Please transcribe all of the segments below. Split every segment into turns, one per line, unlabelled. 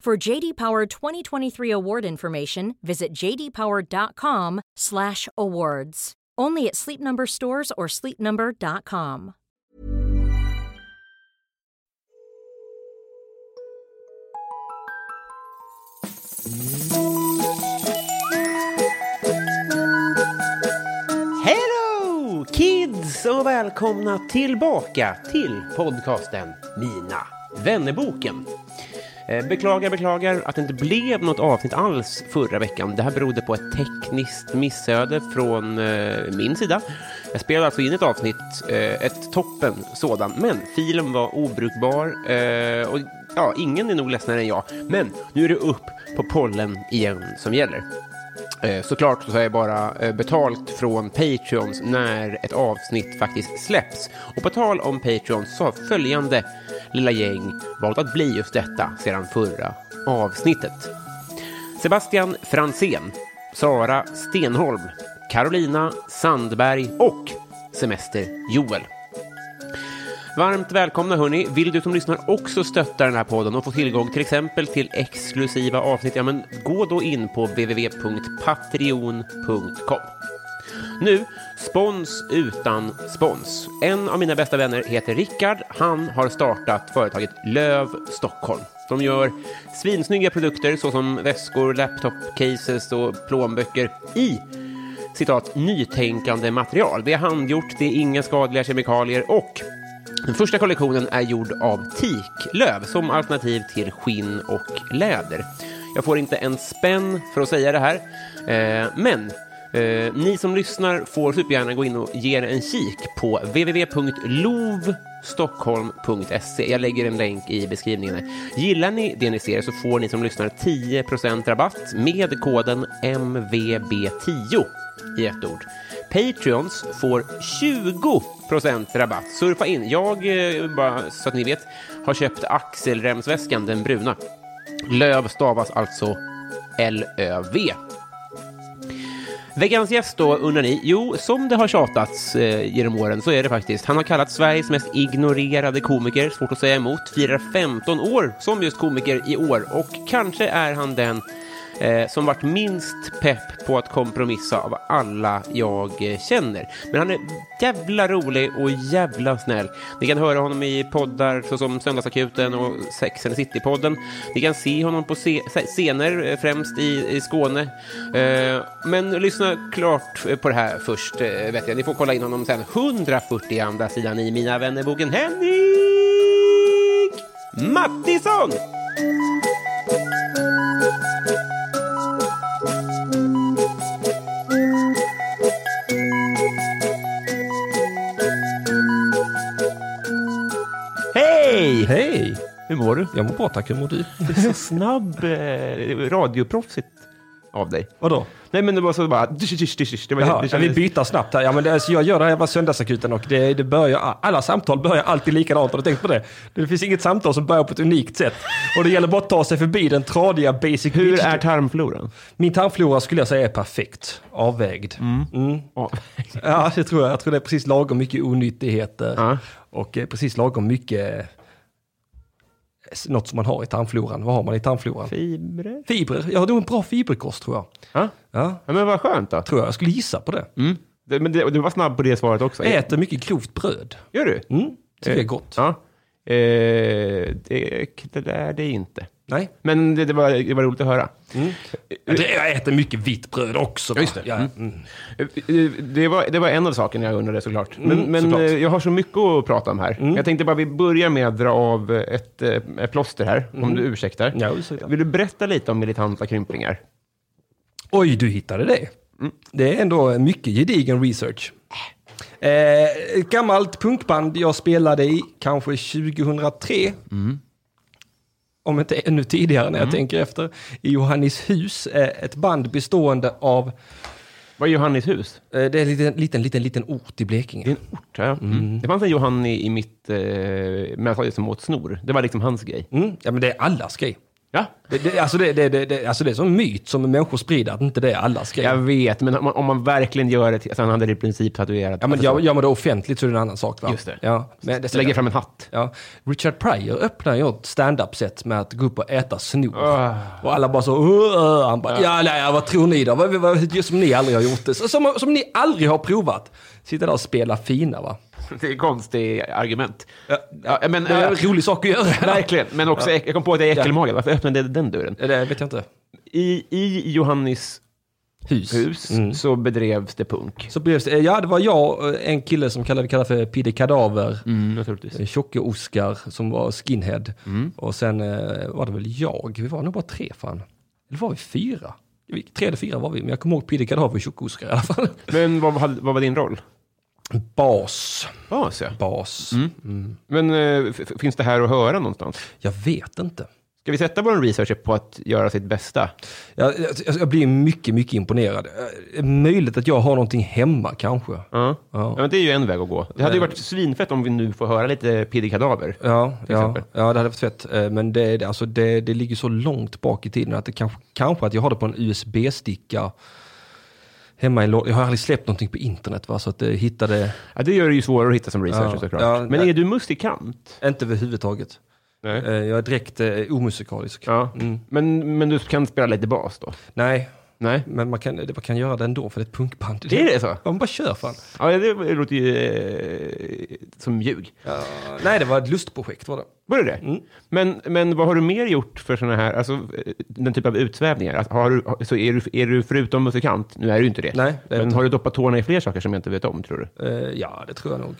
For JD Power 2023 award information, visit jdpower.com/awards. Only at Sleep Number stores or sleepnumber.com.
Hello kids och välkomna tillbaka till podcasten Mina vännerboken. Eh, Beklagar, beklagar att det inte blev något avsnitt alls förra veckan. Det här berodde på ett tekniskt missöde från eh, min sida. Jag spelade alltså in ett avsnitt, eh, ett toppen sådant, men filen var obrukbar eh, och ja, ingen är nog ledsnare än jag. Men nu är det upp på pollen igen som gäller. Eh, Såklart så har jag bara eh, betalt från Patreons när ett avsnitt faktiskt släpps. Och på tal om Patreons så har följande lilla gäng valt att bli just detta sedan förra avsnittet. Sebastian Fransén, Sara Stenholm, Carolina Sandberg och Semester Joel. Varmt välkomna hörni. Vill du som lyssnar också stötta den här podden och få tillgång till exempel till exklusiva avsnitt, ja men gå då in på www.patreon.com. Nu, spons utan spons. En av mina bästa vänner heter Rickard. Han har startat företaget Löv Stockholm. De gör svinsnygga produkter såsom väskor, laptopcases och plånböcker i citat, nytänkande material. Det är handgjort, det är inga skadliga kemikalier och den första kollektionen är gjord av tiklöv som alternativ till skinn och läder. Jag får inte en spänn för att säga det här, eh, men eh, ni som lyssnar får supergärna gå in och ge er en kik på www.lovstockholm.se. Jag lägger en länk i beskrivningen. här. Gillar ni det ni ser så får ni som lyssnar 10% rabatt med koden MVB10 i ett ord. Patreons får 20% rabatt. Surfa in. Jag, eh, bara så att ni vet, har köpt axelremsväskan, den bruna. Löv stavas alltså L-Ö-V. Veckans gäst då, undrar ni? Jo, som det har tjatats eh, genom åren så är det faktiskt. Han har kallats Sveriges mest ignorerade komiker, svårt att säga emot, firar 15 år som just komiker i år och kanske är han den eh, som varit minst pepp på att kompromissa av alla jag eh, känner. Men han är jävla rolig och jävla snäll. Ni kan höra honom i poddar såsom Söndagsakuten och Sex and the City-podden. Ni kan se honom på se- scener, eh, främst i, i Skåne. Eh, men lyssna klart eh, på det här först, eh, vet jag. Ni får kolla in honom sen. 140 andra sidan i Mina vännerboken Henrik Mattisson! Hej!
Hej! Hur mår du? Jag mår bra tack, hur mår du?
Så snabb, eh, radioproffsigt av dig.
Vadå?
Nej, men det var så bara... Dysch, dysch, dysch, dysch. Det var,
Jaha,
det
jag vill
kändes-
byta snabbt här. Ja, men det, alltså, jag gör det här jävla söndagsakuten och det, det börjar, alla samtal börjar alltid likadant. Har du tänkt på det? Det finns inget samtal som börjar på ett unikt sätt. Och det gäller bara att ta sig förbi den tradiga basic
Hur
bitch-
är tarmfloran?
Min tarmflora skulle jag säga är perfekt. Avvägd. Mm. Ja, det tror jag. Jag tror det är precis lagom mycket onyttigheter.
Ja.
Och eh, precis lagom mycket... eh, Något som man har i tarmfloran. Vad har man i tarmfloran?
Fibrer?
Fibrer. Jag har nog en bra fiberkost tror jag.
Ja.
Ja,
ja, men vad skönt då.
tror jag. Jag skulle gissa på det.
Mm. Det- Men det, och du var snabb på det svaret också.
Jag äter mycket grovt bröd.
Gör du?
Mm, tycker jag är gott.
Ja. Eh, det, det är det inte.
Nej.
Men det, det, var, det var roligt att höra.
Det, jag äter mycket vitt bröd också. va?
Eh. just det.
Ja, mm.
Eh, eh, Det var, det var en av sakerna jag undrade såklart. Mm. Men, men
såklart.
eh, jag har så mycket att prata om här. Jag tänkte bara vi börjar med att dra av eh, ett, eh, ett plåster här, om du ursäktar.
Ja, ursäkta.
Vill du berätta lite om militanta krymplingar?
Oj, du hittade det. Mm. Det är ändå mycket gedigen research. Eh, ett gammalt punkband jag spelade i kanske 2003. Om inte ännu tidigare när jag tänker efter. I Johannishus, eh, ett band bestående av, eh,
Vad är Johannis hus?
det är en liten, liten, liten, liten ort i Blekinge.
Det är en ort, ja. Mm. Det fanns en Johanni i mitt eh, mellanstadiet som åt snor. Det var liksom hans grej.
Mm. Ja men det är allas grej.
Ja,
Det, det, alltså, det, det, det, det, alltså det är som en myt som människor sprider att inte det är allas grej.
jag vet. Men om man, om man verkligen gör det, till- alltså han hade det i princip tatuerat.
Ja, men
Alltså,
gör, gör man det offentligt så är det en annan sak. Va?
Just det.
Ja, men det
lägger fram en hatt.
Ja. Richard Pryor öppnar ju ett stand-up-set med att gå upp och äta snor. Och alla bara så... "Åh, åh." han bara, Ah. ja, nej, vad tror ni då? Vad, vad, vad, som ni aldrig har gjort det. Så- Som, som ni aldrig har provat. Sitta där och spela fina va.
Det är konstigt argument. Ja, men,
Det är
eh,
en rolig sak att göra.
verkligen. Men också, äck- jag kom på att jag är äckelmagad. Varför öppnade jag den dörren?
Det vet jag inte.
I, i Johannis
Hus.
hus så bedrevs det punk.
Så blev det, ja det var jag och en kille som kallade, vi kallade för Pide Kadaver.
Mm, naturligtvis.
Tjocke Oskar som var skinhead. Och sen eh, var det väl jag, vi var nog bara tre fan. Eller var vi fyra? Vi- Tre eller fyra var vi, men jag kommer ihåg Pidde Kadaver och Tjocke Oskar i alla fall.
Men vad, hade- vad var din roll?
Bas.
Bas, ja.
Bas.
Men eh, f- f- finns det här att höra någonstans?
Jag vet inte.
Ska vi sätta vår researcher på att göra sitt bästa?
Jag, jag, jag blir mycket, mycket imponerad. Eh, Möjligt att jag har någonting hemma kanske.
Ja. Eh.
Ja.
Ja. men det är ju en väg att gå. Det hade ju varit svinfett om vi nu får höra lite Piddy Kadaver.
Ja, ja,
exempel.
ja, det hade varit fett. Eh, Men det, det- alltså det, det ligger så långt bak i tiden att det kanske, kanske att jag har det på en USB-sticka hemma i lådan. Jag har aldrig släppt någonting på internet va, så att jag hittade
Ja, det gör det ju svårare att hitta som researcher
Ja.
såklart.
Ja,
men
nej.
är du musikant?
inte överhuvudtaget.
Nej. Mm.
Eh, Jag är direkt eh, omusikalisk.
Ja. Men, men du kan spela lite bas då?
Nej,
Nej.
men man kan, man kan göra det ändå för det är ett punkband.
Det är det så?
Ja, man bara kör fan.
Ja, det låter ju eh, som ljug.
Nej, det var ett lustprojekt var det.
Var det det?
Mm.
Men, men vad har du mer gjort för sådana här, alltså eh, den typ av utsvävningar? Alltså, har du, har- så är, du, är du förutom musikant, nu är du ju inte det,
Nej, det är
men
inte.
har du doppat tårna i fler saker som jag inte vet om, tror du?
Eh, Ja, det tror jag nog.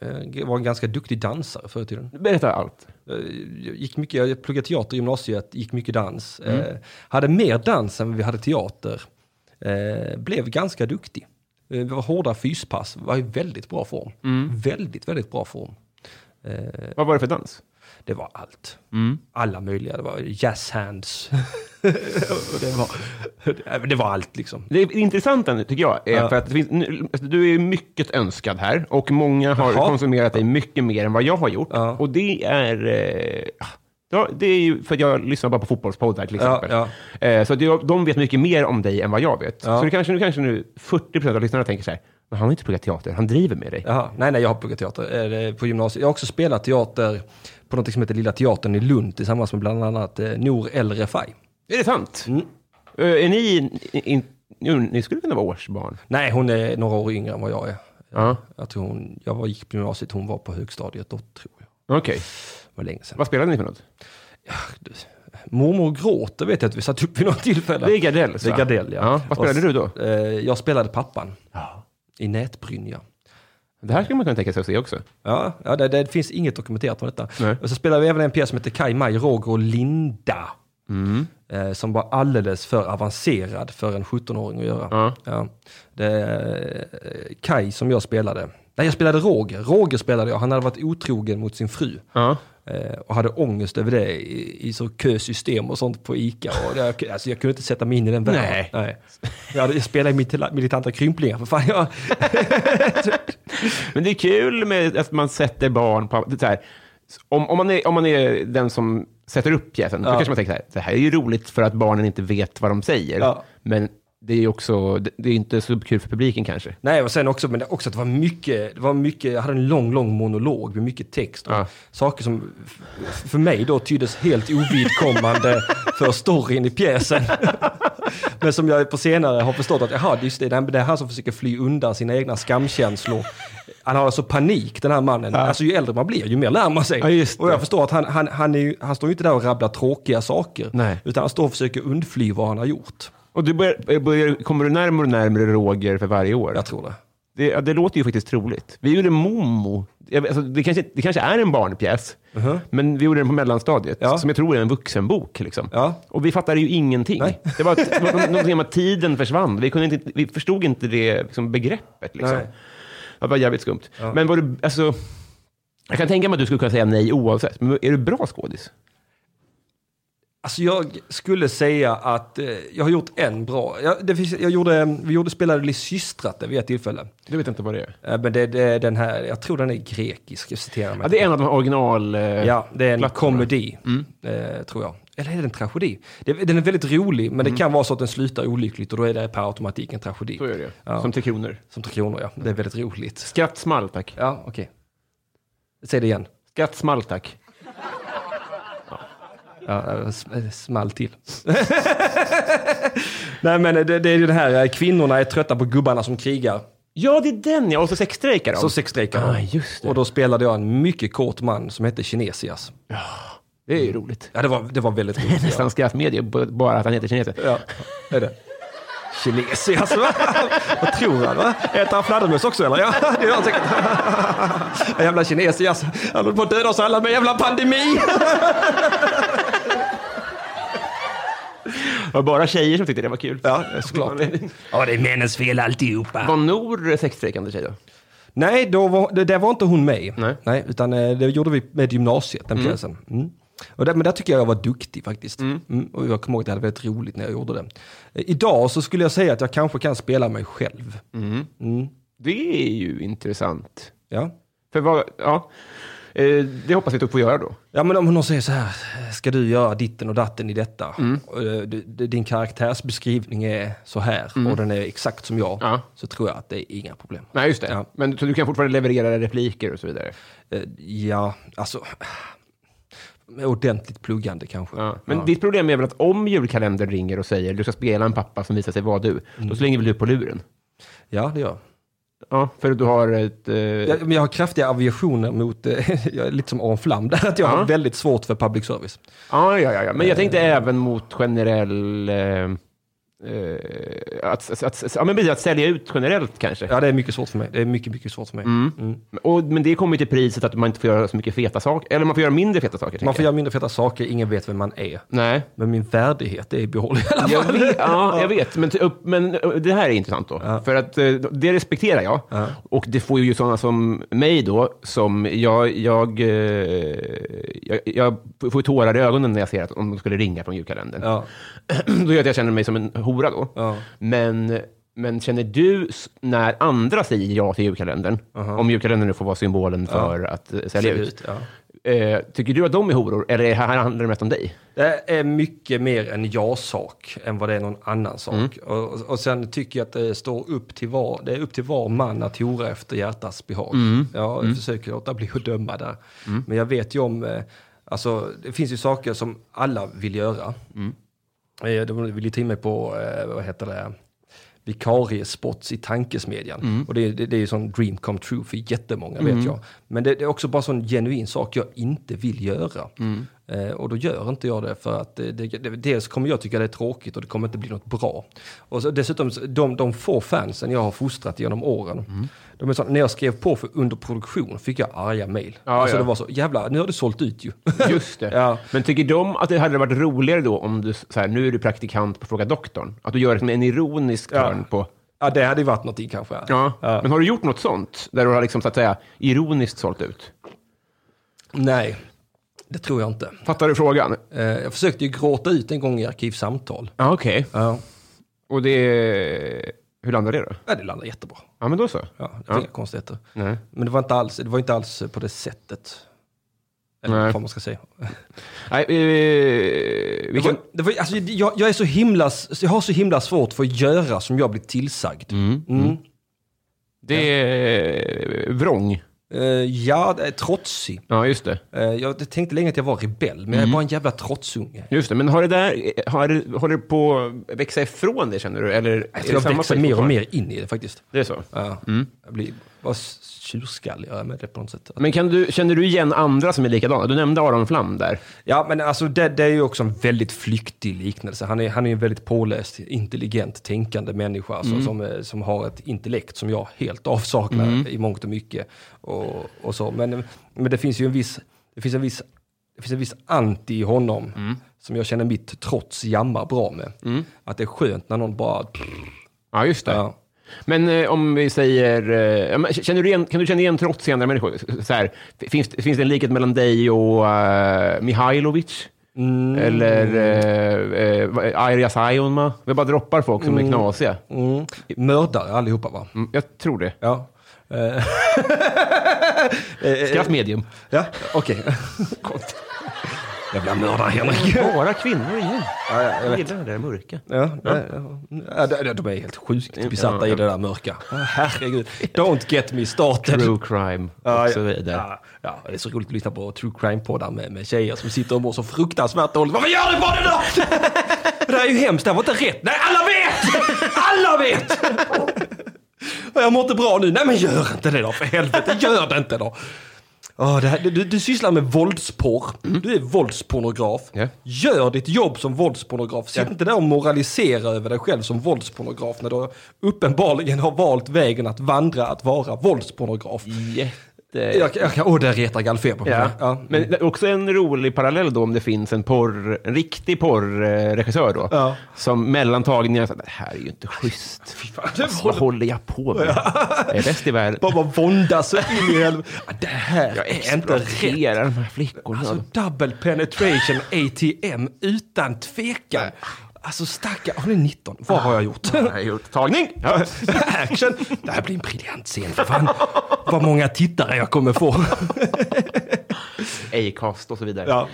Eh, Jag var en ganska duktig dansare förr i tiden.
Berätta allt.
Eh, jag gick mycket, jag pluggade teater i gymnasiet, gick mycket dans. Eh, hade mer dans än vi hade teater. Eh, blev ganska duktig. Eh, det var hårda fyspass, var i väldigt bra form. Väldigt, väldigt bra form.
Vad var det för dans?
Det var allt. Alla möjliga, det var jazz hands. Och det, var, det var allt liksom.
Det är intressant ändå, tycker jag, är för att det finns, nu- alltså, du är mycket önskad här och många har
Jaha.
konsumerat dig mycket mer än vad jag har gjort.
Ja.
Och det är... Eh, ja, det är ju för att jag lyssnar bara på fotbollspoddar till
Ja,
exempel. Eh, så att jag, de vet mycket mer om dig än vad jag vet. Så nu kanske, nu kanske nu 40 av lyssnarna tänker så här, men han har inte pluggat teater, han driver med dig.
Jaha, nej, nej, jag har pluggat teater eh, det- på gymnasiet. Jag har också spelat teater på något som heter Lilla Teatern i Lund tillsammans med bland annat eh, Nour El Refai.
Är det sant?
Mm.
Eh, är ni... In, in, jo, ni skulle kunna vara årsbarn.
Nej, hon är några år yngre än vad jag är.
Ja,
Jag tror hon, jag var, gick på gymnasiet, hon var på högstadiet då tror jag.
okej.
Det var länge sedan.
Vad spelade ni för något?
Du, Mormor gråter vet jag att vi satt upp vid något tillfälle.
Det är Gardell,
Det är
va?
Gardell, ja.
Ja, vad spelade
Och s-
du då?
Eh, jag spelade pappan i nätbrynja.
Det här skulle man kunna tänka sig att se också.
Ja, ja det, det finns inget dokumenterat om detta.
Nej.
Och så spelade vi även en pjäs som heter Kaj, Maj, Roger och Linda.
Mm.
Eh, som var alldeles för avancerad för en 17-åring att göra.
Ja.
Det, eh, Kaj som jag spelade, nej jag spelade Roger. Roger spelade jag, han hade varit otrogen mot sin fru.
Ja.
Eh, och hade ångest över det i, i så kösystem och sånt på ICA. Och det, alltså, jag kunde inte sätta mig in i den världen.
Nej.
Jag, hade, jag spelade i Mitila- militanta krymplingar, för fan. Jag,
Men det är kul med att man sätter barn på... Det är så här, om, om, man är, om man är den som sätter upp pjäsen, då
Ja.
kanske man tänker så här, det här är ju roligt för att barnen inte vet vad de säger.
Ja.
Men det är ju också, det, det är inte så kul för publiken kanske.
Nej, och sen också, men det, också att det var mycket, det var mycket, jag hade en lång, lång monolog med mycket text. Och
Ja.
Saker som f- för mig då tyddes helt ovidkommande för storyn i pjäsen. men som jag på senare har förstått att, jaha, just det, det är han som försöker fly undan sina egna skamkänslor Han har alltså panik den här mannen. Alltså ju äldre man blir ju mer lär man sig.
Ja, just det.
och jag förstår att han, han, han, är, ju- han står ju inte där och rabblar tråkiga saker.
Nej.
Utan han står och försöker undfly vad han har gjort.
Och du börjar, börjar, kommer du närmare och närmare Roger för varje år?
Jag tror det.
Det, ja, det låter ju faktiskt troligt. Vi gjorde Momo. Jag vet, Alltså, det, kanske, det kanske är en barnpjäs, men vi gjorde den på mellanstadiet,
Ja.
som jag tror är en vuxenbok. Liksom.
Ja.
Och vi fattade ju ingenting.
Nej.
Det var, det var någonting om att tiden försvann. Vi, kunde inte, vi förstod inte det liksom, begreppet. Liksom.
Nej.
Det var jävligt skumt. Men var du, alltså, jag kan tänka mig att du skulle kunna säga nej oavsett, men är du bra skådis?
Alltså jag skulle säga att eh, jag har gjort en bra. Jag, det finns, jag gjorde, eh, vi gjorde, spelade Lille Systrate vid ett tillfälle.
Du vet inte vad det är?
Eh, Men det, det, den här, jag tror den är grekisk, jag citerar mig.
Ja, det är en Mm. av de här original... eh,
Ja, det är en
plattorna.
komedi, eh, tror jag. Eller är det en tragedi? Det, den är väldigt rolig, men det kan vara så att den slutar olyckligt och då är det per automatik en tragedi.
Mm. Så är det.
Ja.
Som Tre Kronor.
Som Tre Kronor, ja. Det är väldigt roligt.
Skrattsmall, tack.
Ja, okej. Säg det igen.
Skrattsmall, tack.
Ja, eh, det sm- small till. Nej, men det, det är ju det här, eh, kvinnorna är trötta på gubbarna som krigar.
Ja, det är den ja. Och så sexstrejkar de.
Så sexstrejkar de.
Ah, just det.
Och då spelade jag en mycket kort man som hette Kinesias.
Det är ju roligt.
Ja, det var, det var väldigt roligt.
Nästan skrattmedie, b- bara att han heter kineser.
Ja, det är det. Kinesias, va? Vad tror han? Va? Äter han fladdermöss också eller? Ja, det gör han säkert. jävla kinesias. Han håller på att döda oss alla med jävla pandemi.
Det var bara tjejer som tyckte det var kul.
Ja, såklart. Ja, det är männens fel alltihopa.
Var Nor sexstrejkande tjej då?
Nej, då var, det, där var inte hon med.
Nej.
utan eh, det gjorde vi med gymnasiet, den pjäsen. Mm. Och där, men där tycker jag jag var duktig faktiskt. Mm. Och jag kommer ihåg att jag hade väldigt roligt när jag gjorde det. Eh, Idag så skulle jag säga att jag kanske kan spela mig själv.
Mm. Det är ju intressant.
Ja.
För vad, ja. Eh, det hoppas vi att du får göra då.
Ja men om någon säger så här, ska du göra ditten och datten i detta?
Mm.
Och, eh, d- d- Din karaktärsbeskrivning är så här och den är exakt som jag.
Mm. Ja.
Så tror jag att det är inga problem.
Nej, just det.
Ja.
Men så du kan fortfarande leverera repliker och så vidare.
Eh, Ja, alltså. Med ordentligt pluggande kanske.
Ja. Men ditt problem är väl att om julkalendern ringer och säger du ska spela en pappa som visar sig vara du, då slänger väl du på luren?
Ja, det gör jag.
Ja, för du har ett... Eh,
jag. Men jag har kraftiga aversioner mot, eh, jag är lite som Aron Flam där, att jag
Ja.
har väldigt svårt för public service.
Ja, ja, ja, ja.
Eh.
Men jag tänkte även mot generell... Eh, eh, att, att, att, ja, men precis, att sälja ut generellt kanske.
Ja, det är mycket svårt för mig. Det är mycket, mycket svårt för mig.
Mm, Och, men det kommer ju till priset att man inte får göra så mycket feta saker. Eller man får göra mindre feta saker.
Man
tänker
får
jag.
göra mindre feta saker, ingen vet vem man är.
Nej.
Men min värdighet är i behåll i alla
Jag
fall.
vet, ja, jag vet. Men, ty- upp, men ö, det här är intressant då. För att eh, det respekterar jag. Och det får ju sådana som mig då, som jag, jag, eh, jag, jag får tårar i ögonen när jag ser att om de skulle ringa från julkalendern.
Ja.
då gör det att jag känner mig som en hora då.
Ja.
Men, men känner du s- när andra säger ja till julkalendern, om julkalendern nu får vara symbolen för att eh, sälja ut,
Ja.
eh, tycker du att de är horor eller är- här handlar det mest om dig?
Det är mycket mer en ja-sak än vad det är någon annan sak.
Mm.
Och, och sen tycker jag att det står upp till var, det är upp till var man att hora efter hjärtats behag.
Mm.
Ja, jag försöker låta bli att döma där. Men jag vet ju om, eh, alltså det finns ju saker som alla vill göra. Eh, De vill ju till mig på, eh, vad heter det, vikariespots i tankesmedjan.
Mm.
Och det, det, det är ju sån dream come true för jättemånga vet jag. Men det, det är också bara sån genuin sak jag inte vill göra.
Mm.
Eh, och då gör inte jag det för att eh, det, det, dels kommer jag tycka det är tråkigt och det kommer inte bli något bra. Och så, dessutom, så- de, de få fansen jag har fostrat genom åren.
Mm.
De är så, när jag skrev på för under produktion fick jag arga mejl.
Ja,
alltså
ja.
det var så, jävla nu har du sålt ut ju.
Just det.
Ja.
Men tycker de att det hade varit roligare då om du, s- så här, nu är du praktikant på Fråga doktorn, att du gör liksom en ironisk
Ja.
törn på...
ja, det hade ju varit någonting kanske.
Ja. Men har du gjort något sånt, där du har liksom, så att säga, ironiskt sålt ut?
Nej, det tror jag inte.
Fattar du frågan?
Eh, Jag försökte ju gråta ut en gång i arkivsamtal.
Ja, okej.
Ja.
Och det... Hur landar det då?
Ja, det landade jättebra.
Ja, men då så.
Ja, det var
Ja.
inga konstigheter.
Nej.
Men det var inte alls, det var inte alls på det sättet. Eller
Nej.
vad man ska säga.
Nej, eh, vi
Det
kan...
var, det var, alltså, jag, jag, är så himla, s- jag har så himla svårt för att göra som jag blir tillsagd. Mm.
Det är eh, vrång.
Eh, ja, det är trotsig.
Ja, just det.
Eh, jag tänkte länge att jag var rebell,
Mm.
men jag är bara en jävla trotsunge.
Just det. Men har det där, har det, håller det på att växa ifrån det, känner du? Eller är det
Jag,
samma
jag
typ
växer
skit
mer och
fortfarande?
mer in i det faktiskt.
Det är så?
Ja. Jag blir var tjurskallig jag är med det på något sätt.
Men kan du, känner du igen andra som är likadana? Du nämnde Aron Flam där.
Ja, men alltså det, det är ju också en väldigt flyktig liknelse. Han är, han är en väldigt påläst, intelligent, tänkande människa alltså, som, eh, som har ett intellekt som jag helt avsaknar i mångt och mycket. Och, och så. Men, men det finns ju en viss, det finns en viss, det finns en viss anti i honom som jag känner mitt trots jammar bra med. Att det är skönt när någon bara...
Ja, just det.
Ja.
Men eh, om vi säger... Eh, ja, men känner du igen, kan du känna igen trots i andra människor? Så här, finns, finns det en likhet mellan dig och eh, Mihailovic? Mm. Eller eh, eh, vad- Arja Saijonmaa? Vi bara droppar folk som är knasiga.
Mm, mördare allihopa va?
Mm, jag tror det.
Ja. Eh,
Skratt medium.
ja, okej. Jävla mördare Henrik.
Bara kvinnor igen.
Ja, ja, jag
Jag
vet.
gillar det där mörka.
Ja, ja. Ja, de- de- de är helt sjukt besatta i det där mörka. Herregud. Don't get me started.
True crime
Ja,
och
ja.
så vidare.
Ja, ja, det är så roligt att lyssna på true crime-poddar med, med tjejer som sitter och mår så fruktansvärt dåligt. Varför gör du på det då? Det här är ju hemskt, det här var inte rätt. Nej, alla vet! Alla vet! Och Jag mår inte bra nu. Nej, men gör inte det då, för helvete. Gör det inte då. Åh, det här, du, du sysslar med våldsporr. Du är våldspornograf.
Ja.
Gör ditt jobb som våldspornograf. Sitt inte där och moralisera över dig själv som våldspornograf när du uppenbarligen har valt vägen att vandra att vara våldspornograf.
Jätte...
Jag, jag, jag, åh, där retar Galfeber på mig.
Ja.
Ja.
Men det är också en rolig parallell då om det finns en, porr, en riktig porrregissör då.
Ja.
Som mellantagningar, så, här, det här är ju inte schysst. Alltså, vad håller jag på med? Jag är bäst i världen.
Bara våndas så in i helvete. Ja, Det här
Jag
är inte rätt.
exploaterar de här flickorna.
Alltså double penetration ATM utan tvekan. Alltså stackar, hon är 19. Vad har jag gjort?
Jag har gjort tagning! Ja.
Action! Det här blir en briljant scen för fan. Vad många tittare jag kommer få.
Acast och så vidare.
Ja.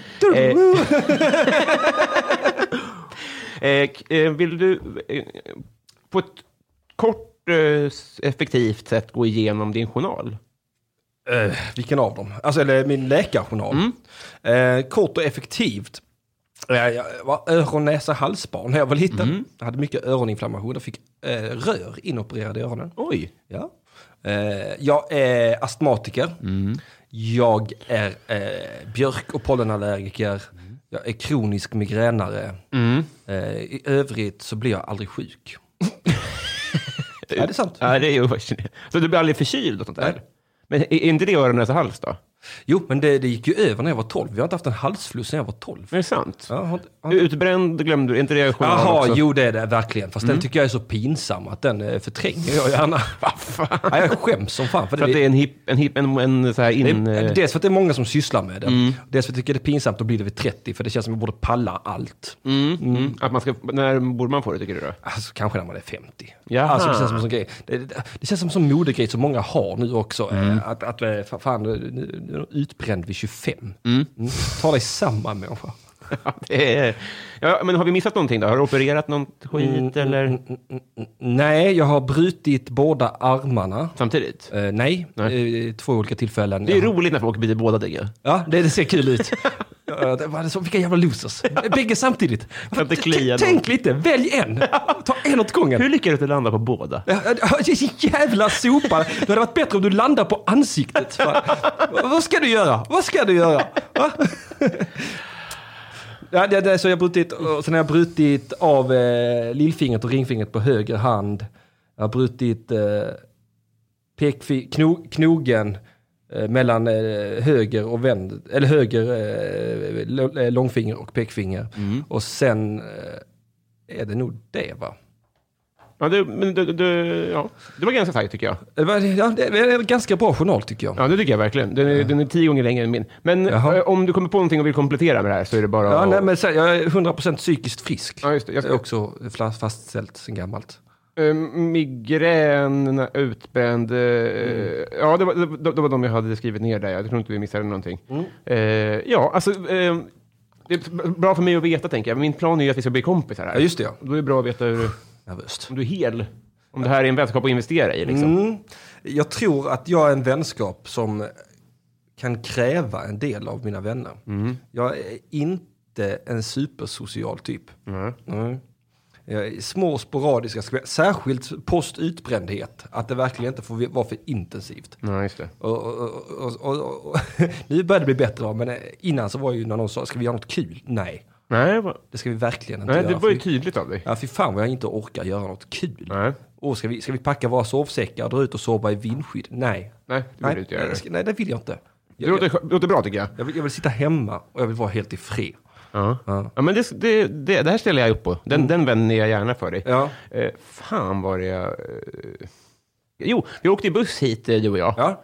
Eh, eh, k- eh, vill du eh, på ett kort, eh, s- effektivt sätt gå igenom din journal?
Eh, vilken av dem? Alltså, eller min läkarjournal. Eh, kort och effektivt. Eh, Jag var öron, näsa, halsbarn när jag var liten. Jag hade mycket öroninflammation och fick eh, rör inopererade i öronen.
Oj!
Ja. Eh, jag är astmatiker. Jag är eh, björk och pollenallergiker. Jag är kronisk migränare. Eh, I övrigt så blir jag aldrig sjuk. ja, det är sant.
Ja, det är ju fascinerande. Så du blir aldrig förkyld och sånt där?
Nej.
Men är är inte det öron, näsa, hals då?
Jo, men det, det gick ju över när jag var 12. Jag har inte haft en halsfluss sedan jag var 12.
Är det sant?
Ja, har- har-
Utbränd glömde du, är inte det journal
Jaha,
också?
jo det är det verkligen. Fast den tycker jag är så pinsam att den eh, förtränger jag gärna.
fan?
Ja, jag skäms som fan. För
För att det är en hipp, en, hip, en, en så här in...
Det mm, är, Mm.
eh,
dels för att det är många som sysslar med det. Dels för att jag tycker det är pinsamt att bli det vid 30, för det känns som att jag borde palla allt.
mm, att man ska, när borde man få det, tycker du då?
Alltså kanske när man är 50.
Jaha.
Alltså, det känns som en sån grej. Det, det, det känns som en sån modegrej som många har nu också. eh, Att, att eh, fa- fan, nu- nu nu är de utbränd vid 25. Mm. Ta dig samman människa.
Det är- ja, men har vi missat någonting då? Har du opererat någon skit
Mm,
eller?
Nej, jag har brutit båda armarna.
Samtidigt?
Eh, nej,
Nej.
Eh, två olika tillfällen.
Det är
Jag-
roligt när folk byter båda tycker
Ja, det, det ser kul ut. Ja, det var det så, vilka jävla losers. Bägge samtidigt.
inte klia
T- Tänk lite, välj en. Ta en åt
jag. Hur
gången.
lyckades du landa på båda?
Ja, ja, Jävla sopa. Det hade varit bättre om du landar på ansiktet. Fan. Vad ska du göra? Vad ska du göra? Va? Ja, det, det, så jag har brutit, och sen har jag brutit av eh, lillfingret och ringfingret på höger hand. Jag har brutit eh, pekfi, kno, knogen eh, mellan eh, höger och vänd, eller höger eh, lo- eh, långfinger och pekfinger. Och sen eh, är det nog det va?
Ja, du, men du, du, ja. det var ganska starkt tycker jag.
Det var- Ja, det är en ganska bra journal tycker jag.
Ja, det tycker jag verkligen. Den är, den är tio gånger längre än min. Men
Jaha.
eh, om du kommer på någonting och vill komplettera med det här så är det bara
Ja,
att-
nej, men sen, jag är 100% psykiskt frisk.
Ja, just det. Jag
Det
ska,
är också fla- fastställt sen gammalt.
Eh, migrän, utbränd. eh,
Mm.
Ja, det var, det, var- det var de jag hade skrivit ner där. Jag tror inte vi missade någonting.
Mm.
Eh, ja, alltså. eh, det är bra för mig att veta, tänker jag. Min plan är ju att vi ska bli kompisar här.
Ja, just det ja.
Då är det bra att veta hur,
Nervöst.
om du är hel. Om det här är en vänskap att investera i, liksom.
Mm. Jag tror att jag är en vänskap som kan kräva en del av mina vänner. Jag är inte en supersocial typ.
Mm.
Nej. eh, små sporadiska skvätt. Särskilt postutbrändhet. Att det verkligen inte får vara för intensivt.
Nej, just det.
Och, och, och, och, och, nu börjar det bli bättre va? men eh, innan så var ju när någon sa ska vi göra något kul? Nej,
Nej, det var,
det ska vi verkligen inte
nej,
göra.
det var ju
Fy-
tydligt av dig.
Ja, fy fan vad jag inte orkar göra något kul.
Nej.
Och ska vi, ska vi packa våra sovsäckar, dra ut och sova i vindskydd? Nej.
Nej, det vill
nej,
du inte göra.
jag ska- nej, det vill jag inte.
Det
Jag, jag,
låter, det låter bra tycker jag.
jag, vill, jag vill sitta hemma och jag vill vara helt i fred.
Ja.
Ja. Mm.
Ja, men det, det, det, det här ställer jag upp på. Den, den vänder jag gärna för dig.
Ja.
Eh, fan var det jag... Eh, jo, vi åkte i buss hit, eh, du och jag.
Ja.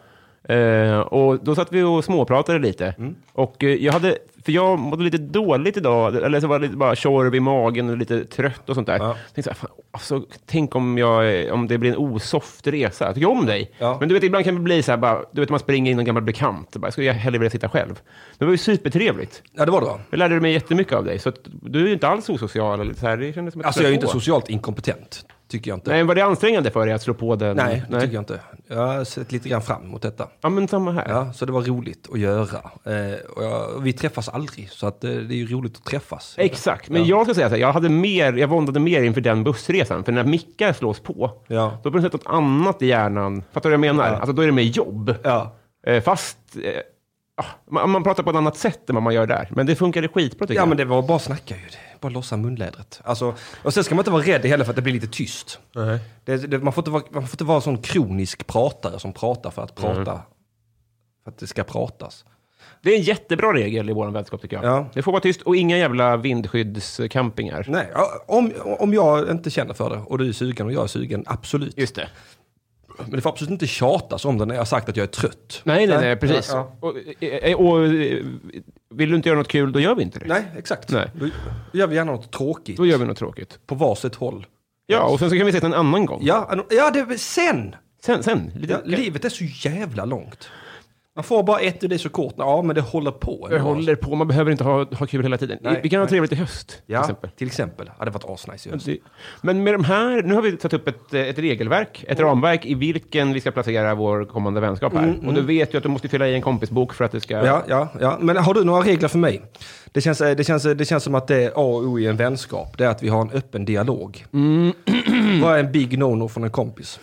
Eh, och då satt vi och småpratade lite.
Mm.
Och eh, jag hade, för jag mådde lite dåligt idag, eller så var det lite bara tjorv i magen och lite trött och sånt där.
Ja.
Tänkte så här, fan, alltså, tänk om, jag, eh, om det blir en osoft resa. Jag tycker om dig.
Ja.
Men du vet, ibland kan det bli så här, bara, du vet man springer in en gammal bekant. Bara, jag skulle hellre vilja sitta själv. Det var ju supertrevligt.
ja, det var det va?
Jag lärde mig jättemycket av dig, så att du är ju inte alls osocial. Eller så här. Det kändes som ett
Alltså jag är ju inte
på.
socialt inkompetent. Tycker jag inte.
Nej, var det ansträngande för dig att slå på den?
Nej, det tycker jag inte. Jag har sett lite grann fram emot detta.
Ja, men samma här.
Ja, så det var roligt att göra. Eh, och jag, vi träffas aldrig, så att, eh, det är ju roligt att träffas.
Exakt, men jag ska säga så här, jag, hade mer, jag våndade mer inför den bussresan, för när mickar slås på,
Ja.
då på något sätt något annat i hjärnan, fattar du vad jag menar? Alltså då är det mer jobb.
Ja.
Eh, fast, eh, ah, man, man pratar på ett annat sätt än vad man gör där, men det funkade skitbra tycker
Ja,
jag.
men det var bara att snacka ju. Det är Bara lossa munlädret. Alltså, och sen ska man inte vara rädd heller för att det blir lite tyst. Det, det, man, får inte vara, man får inte vara en sån kronisk pratare som pratar för att prata. För att det ska pratas.
det är en jättebra regel i vår vänskap tycker jag.
Ja.
Det får vara tyst och inga jävla vindskyddscampingar.
Nej, ja, om, om jag inte känner för det och du är sugen och jag är sugen, absolut.
Just det.
Men det får absolut inte tjatas om det när jag har sagt att jag är trött.
Nej, nej, nej, precis.
Ja, ja.
Och, eh, och, eh, vill du inte göra något kul, då gör vi inte det.
Nej, exakt.
Nej.
Då, då gör vi gärna något tråkigt.
Då gör vi något tråkigt.
På varsitt håll.
Ja, och sen så kan vi ses en annan gång.
Ja, an- ja det, sen!
Sen, sen. Lite,
Ja, livet är så jävla långt. Man får bara ett och det är så kort. Ja, men det håller på.
Det
ändå. alltså.
håller på, man behöver inte ha, ha kul hela tiden.
Nej,
vi kan ha
nej.
trevligt i höst,
Ja,
till exempel.
till exempel. Ja, det hade varit asnice. i höst.
Det- Men med de här, nu har vi tagit upp ett, eh, ett regelverk,
Mm.
ett ramverk i vilken vi ska placera vår kommande vänskap här. Och du vet ju att du måste fylla i en kompisbok för att det ska...
mm. Ja, ja, ja. Men har du några regler för mig? Det känns, eh, det, känns, det känns som att det är A och O i en vänskap. Det är att vi har en öppen dialog. Vad är en big no-no från en kompis?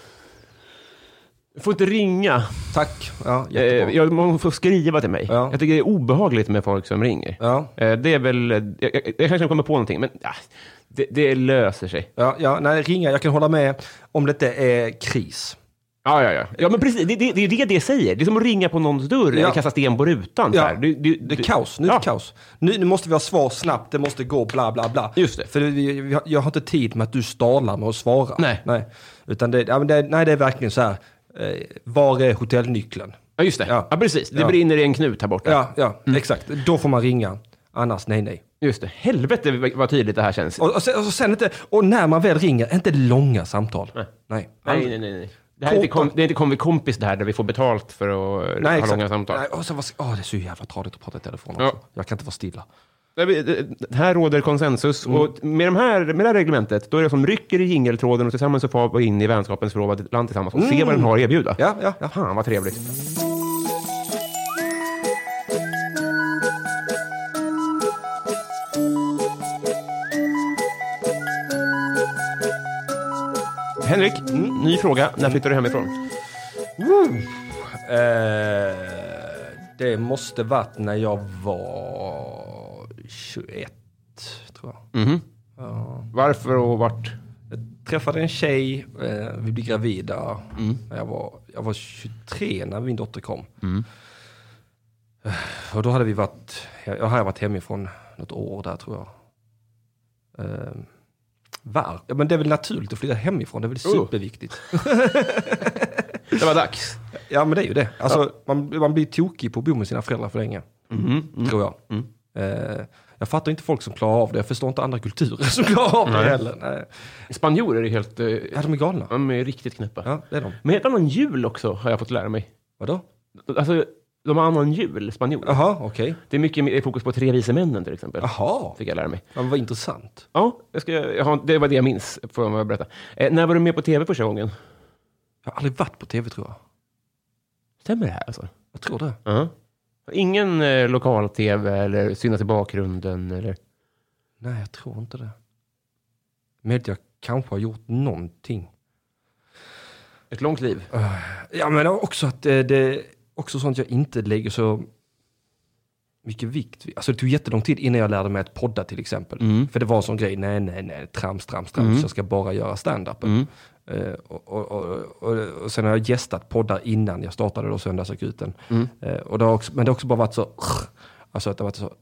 Du får inte ringa,
Tack. Ja,
eh,
jättebra.
jag, man får skriva till mig.
Ja.
Jag tycker det är obehagligt med folk som ringer.
Ja.
Eh, det är väl... Jag, jag, jag kanske kommer på någonting, men ah, det, det löser sig.
Ja, ja, nej, ringa. Jag kan hålla med om det inte är kris.
Ja, ja, ja. ja men precis, det, det, det är det det säger. Det är som att ringa på någons dörr eller kasta sten på rutan. så
Ja.
här. Du- du-
Det
du-
är kaos. Nu är det
Ja.
kaos. Nu, nu måste vi ha svar snabbt. Det måste gå bla, bla, bla.
Just det.
För vi, vi har- jag har inte tid med att du stalar med att svara.
Nej.
Nej, Utan det, ja, men det, nej, det är verkligen så här. Eh, var är hotellnyckeln?
Ja, just det. Ja,
Ja.
precis. Det
Ja.
brinner i en knut här borta.
Ja, ja
Mm.
exakt. Då får man ringa. Annars nej, nej.
Just det. Helvete vad tydligt det här känns.
Och, och, sen, och, sen inte, och när man väl ringer, inte långa samtal. Nej. Nej,
nej, nej, nej. nej. Det, här är inte kom, det är inte kom vi kompis det här där vi får betalt för att ha
exakt.
långa samtal.
Nej, och sen, var- åh, det är så jävla tradigt att prata i telefon
Ja.
också. Jag kan inte vara stilla.
Nej, vi- det- Här råder konsensus.
Mm.
Och med, de här, med det här reglementet, då är det som rycker i jingeltråden och tillsammans så far vi in i vänskapens förlovade land tillsammans och ser vad den har att erbjuda.
Mm. Ja, ja, ja.
Fan vad trevligt. Henrik,
Mm.
ny fråga. När flyttar du hemifrån?
Eh, det måste varit när jag var 21, tror jag.
Varför och vart?
Jag träffade en tjej, eh, vi blev gravida. När Jag, var, jag var 23 när min dotter kom. Eh, Och då hade vi varit, jag hade varit hemifrån något år där tror jag. Eh, var? Ja, men det är väl naturligt att flytta hemifrån, det är väl
Oh.
superviktigt.
Det var dags.
Ja Mm, men det är ju det. Alltså, man, man blir tokig på att bo med sina föräldrar för länge. Tror jag. Eh, jag fattar inte folk som klarar av det, jag förstår inte andra kulturer som klarar av det heller. Nej.
Spanjorer är helt... eh,
Ja, de är galna.
De är riktigt knäppa.
Ja, det är de.
Men heter annan jul också, har jag fått lära mig.
Vadå?
Alltså, de har annan jul, spanjorer.
Jaha, okej.
Det är mycket mer fokus på tre vise männen till exempel.
Jaha,
Fick jag lära mig.
ja, men vad intressant.
Ja, jag ska, jag har, det var det jag minns från vad jag berättade. Eh, när var du med på tv första gången?
Jag har aldrig varit på tv tror jag.
Stämmer det här alltså?
Jag tror det.
Ingen eh, lokal-tv eller synas i bakgrunden eller...
Nej, jag tror inte det. Möjligt jag kanske har gjort någonting.
Ett långt liv.
Ja, men också att eh, det är också sånt jag inte lägger så mycket vikt vid. Alltså det tog jättelång tid innan jag lärde mig att podda till exempel.
Mm.
För det var en sån grej, nej, nej, nej, trams, trams, trams, jag ska bara göra stand-up.
Mm.
Eh, och, och, och, och, och sen har jag gästat poddar innan jag startade då Söndagsakuten.
Mm.
Eh, och det har också, men det har också bara varit så, alltså att det har varit så,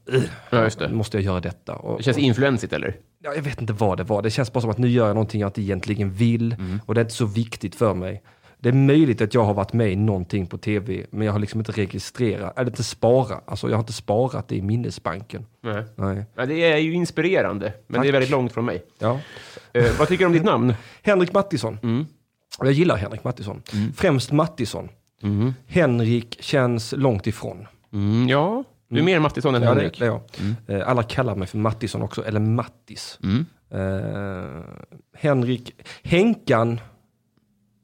Ja, just det.
måste jag göra detta? Och,
Det känns influensigt, eller?
Ja, jag vet inte vad det var. Det känns bara som att nu gör jag någonting jag inte egentligen vill och det är inte så viktigt för mig. Det är möjligt att jag har varit med i någonting på tv, men jag har liksom inte registrerat, eller inte sparat. Alltså jag har inte sparat det i minnesbanken.
Nej.
Nej.
Ja, det är ju inspirerande, men det är
Tack.
väldigt långt från mig.
Ja.
Eh, vad tycker du om ditt namn?
Henrik Mattisson. Och Jag gillar Henrik Mattisson. Främst Mattisson. Henrik känns långt ifrån.
Mm, ja, du är mer Mattisson än
Ja, det,
Henrik.
det är jag. Eh, Alla kallar mig för Mattisson också, eller Mattis. Eh, Henrik, Henkan,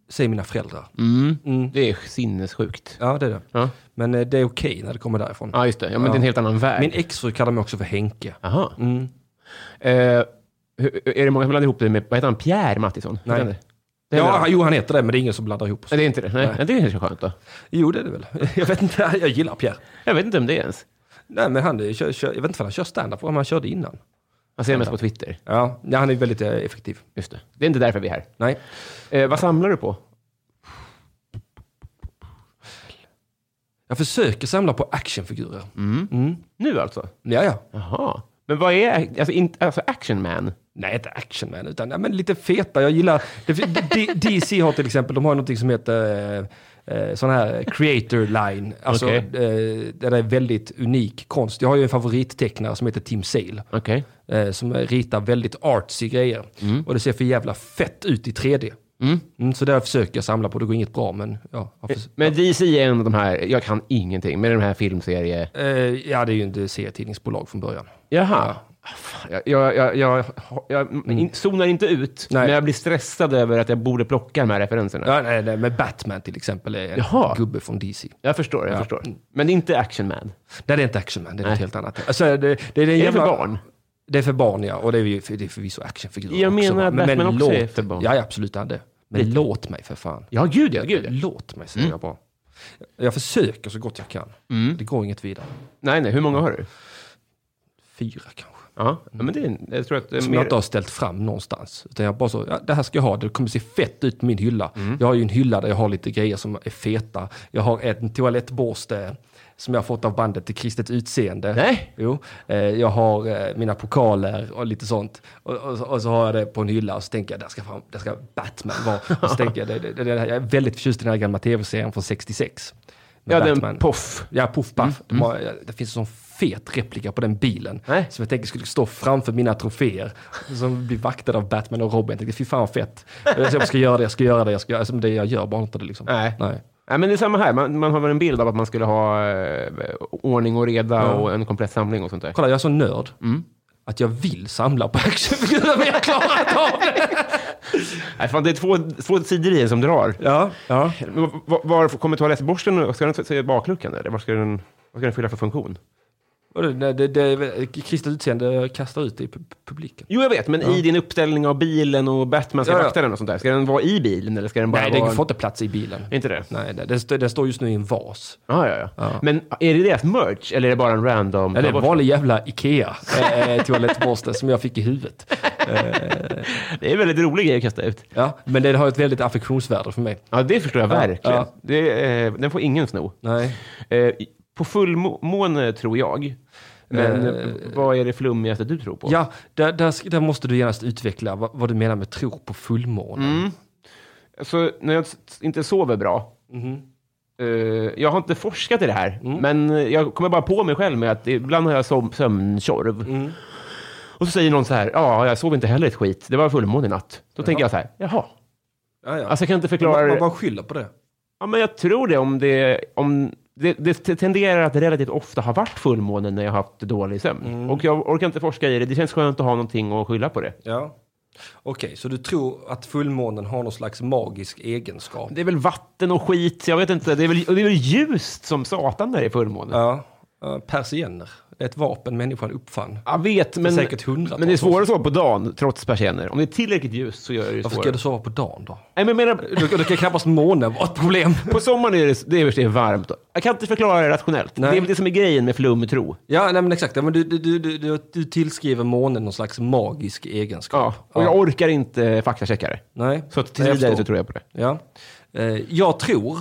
säger mina föräldrar.
Mm.
Mm.
Det är sinnessjukt.
Ja, det är det.
Ja,
Men eh, det är okej när det kommer därifrån.
ja just det. Ja, men det är en helt annan värld.
Min exfru kallar mig också för Henke.
Aha.
Mm.
Eh, hur- är det många som blandar ihop dig med, vad heter han, Pierre Mattisson? Heter
Nej.
han det? Det är
Ja,
väl-
han- jo, han heter det, men det är ingen som blandar ihop oss.
Nej, det är inte det. Nej,
Nej.
Ja, det är ganska skönt då.
Jo, det är det väl. Jag vet inte, jag gillar Pierre.
Jag vet inte om det är ens.
Nej, men han eh, kör, kör, jag vet inte om han kör standup, om han körde innan.
Man ser det mest på Twitter.
Ja, nej, han är väldigt eh, effektiv.
Just det. Det är inte därför vi är här.
Nej.
Eh, vad samlar du på?
Jag försöker samla på actionfigurer.
Mm. Nu alltså?
Ja, ja.
Jaha. Men vad är, alltså, in, alltså Action Man?
Nej, inte action man, utan nej, men lite feta. Jag gillar... Det, D, DC har till exempel, de har någonting som heter eh, eh, sån här creator line. Alltså,
Okej.
eh, det är väldigt unik konst. Jag har ju en favorittecknare som heter Tim Sale.
Okej.
eh, som ritar väldigt artsy grejer.
Mm.
Och det ser för jävla fett ut i 3D. Mm. så där försöker jag samla på, det går inget bra men ja. jag förs-
Men DC är en av de här, jag kan ingenting, men de här filmserie...
Eh, ja, det är ju inte serietidningsbolag från början.
Jaha. Mm. Fan, Jag, jag, jag, jag, jag in, zonar inte ut,
Nej.
men jag blir stressad över att jag borde plocka de här referenserna.
Ja, nej, nej, men Batman till exempel är en
Jaha.
gubbe från DC.
Jag förstår, jag förstår. Men det är inte Action Man.
Nej, det är inte Action Man, det är
Nej.
något helt annat. Alltså, det, det, det är, en
Är det
jävla-
för barn?
Det är för barn, ja. Och det är, ju för, det är förvisso actionfigurer
Jag
också.
menar
va.
att Batman också är för barn.
Ja, ja, absolut han är det. Men låt mig för fan.
Ja, gud ja. Gud, ja. Mm.
Låt mig, säger jag bara. Jag försöker så gott jag kan. Det går inget vidare.
Nej, nej. Hur många har du?
Fyra kanske.
Ja, ja, men det är, en- jag tror att det är
Som jag
eh, mer...
inte har ställt fram någonstans. Utan jag bara så, ja, det här ska jag ha, det kommer se fett ut på min hylla.
Mm.
Jag har ju en hylla där jag har lite grejer som är feta. Jag har en toalettborste som jag har fått av bandet till kristet utseende.
Nej.
Jo, eh, jag har eh, mina pokaler och lite sånt. Och, och, så- och så har jag det på en hylla och så tänker jag, där ska, fan, där ska Batman vara. Och så tänker jag, det, det, det, det, här- jag är väldigt förtjust i den här gamla tv-serien från 66. med
Ja, den
Batman.
poff.
Ja, Puff Puff. De har, det finns en sån fet replika på den bilen.
Nej.
Som jag tänker skulle stå framför mina troféer. Som blir vaktad av Batman och Robin. Jag tänkte, fy fan vad fett. Jag ska göra det, jag ska göra det, jag ska göra det. Alltså, men det jag gör bara inte det liksom.
Nej.
Nej.
Nej, men det är samma här. Man, man har väl en bild av att man skulle ha eh, ordning och reda
Ja.
och en komplett samling och sånt där.
Kolla, jag är så nörd. Att jag vill samla på actionfigurer, men jag klarar inte av det.
Nej, fan, det är två, två sidor i en som drar.
Ja, ja.
Men v- v- Var kommer toalettborsten? Ska den se i bakluckan eller? Vad ska den, vad ska den fylla för funktion?
Och det, det, det, Kristet utseende kastar ut det i pu- publiken.
Jo, jag vet, men i din uppställning av bilen och Batman ska
Ja, ja.
vakta den och sånt där. Ska den vara i bilen eller ska den bara
Nej,
vara...
den får inte plats i bilen.
Inte det?
Nej, nej den, står- den står just nu i en vas.
Ah, ja, ja, Men är det deras merch eller är det bara en random...
Ja, det är en vanlig jävla eh, Ikea-toalettborste som jag fick i huvudet.
det är en väldigt rolig grej att kasta ut.
Ja, men det har ett väldigt affektionsvärde för mig.
Ja, det förstår jag
Ja,
verkligen.
ja.
Det, eh, den får ingen sno.
Nej.
Eh, på fullmåne tror jag. Men
Eh,
vad är det flummigaste du tror på?
Ja, där, där, sk- där måste du genast utveckla vad, vad du menar med tro på fullmånen.
Alltså, när jag s- inte sover bra.
Mhm.
Eh, jag har inte forskat i det här,
Mm.
men jag kommer bara på mig själv med att ibland har jag som, sömntjorv.
Mm.
Och så säger någon så här, ja, jag sov inte heller ett skit. Det var fullmåne i natt. Då tänker jag så här, jaha.
Ja, ja.
Alltså jag kan inte
man,
förklara.
man bara skyller på det.
Ja, men jag tror det om det... Om, det, det tenderar att relativt ofta ha varit fullmåne när jag har haft dålig sömn.
Mm.
Och jag orkar inte forska i det. Det känns skönt att ha någonting att skylla på det.
Ja. Okej, så du tror att fullmånen har någon slags magisk egenskap?
Det är väl vatten och skit, jag vet inte. Det är väl, och det är väl ljust som satan när det är fullmåne.
Ja. Ja, Persienner Ett vapen människan uppfann.
Jag vet, men,
säkert hundratals
men det är svårare att sova på dagen, trots persienner. Om det är tillräckligt ljust så gör det
Varför
svårare.
ska du sova på dagen då?
Nej, men jag menar,
Då, då kan knappast månen vara ett problem.
på sommaren är det, det är det är varmt. Jag kan inte förklara det rationellt.
Nej.
Det är väl det som är grejen med flumtro.
Ja, nej men exakt. Ja, men du, du, du, du- du, du tillskriver månen någon slags magisk egenskap.
Ja. Och jag orkar inte faktachecka det.
Nej,
Så att till
jag
vidare
förstår.
så tror jag på det.
Ja. Eh, jag tror...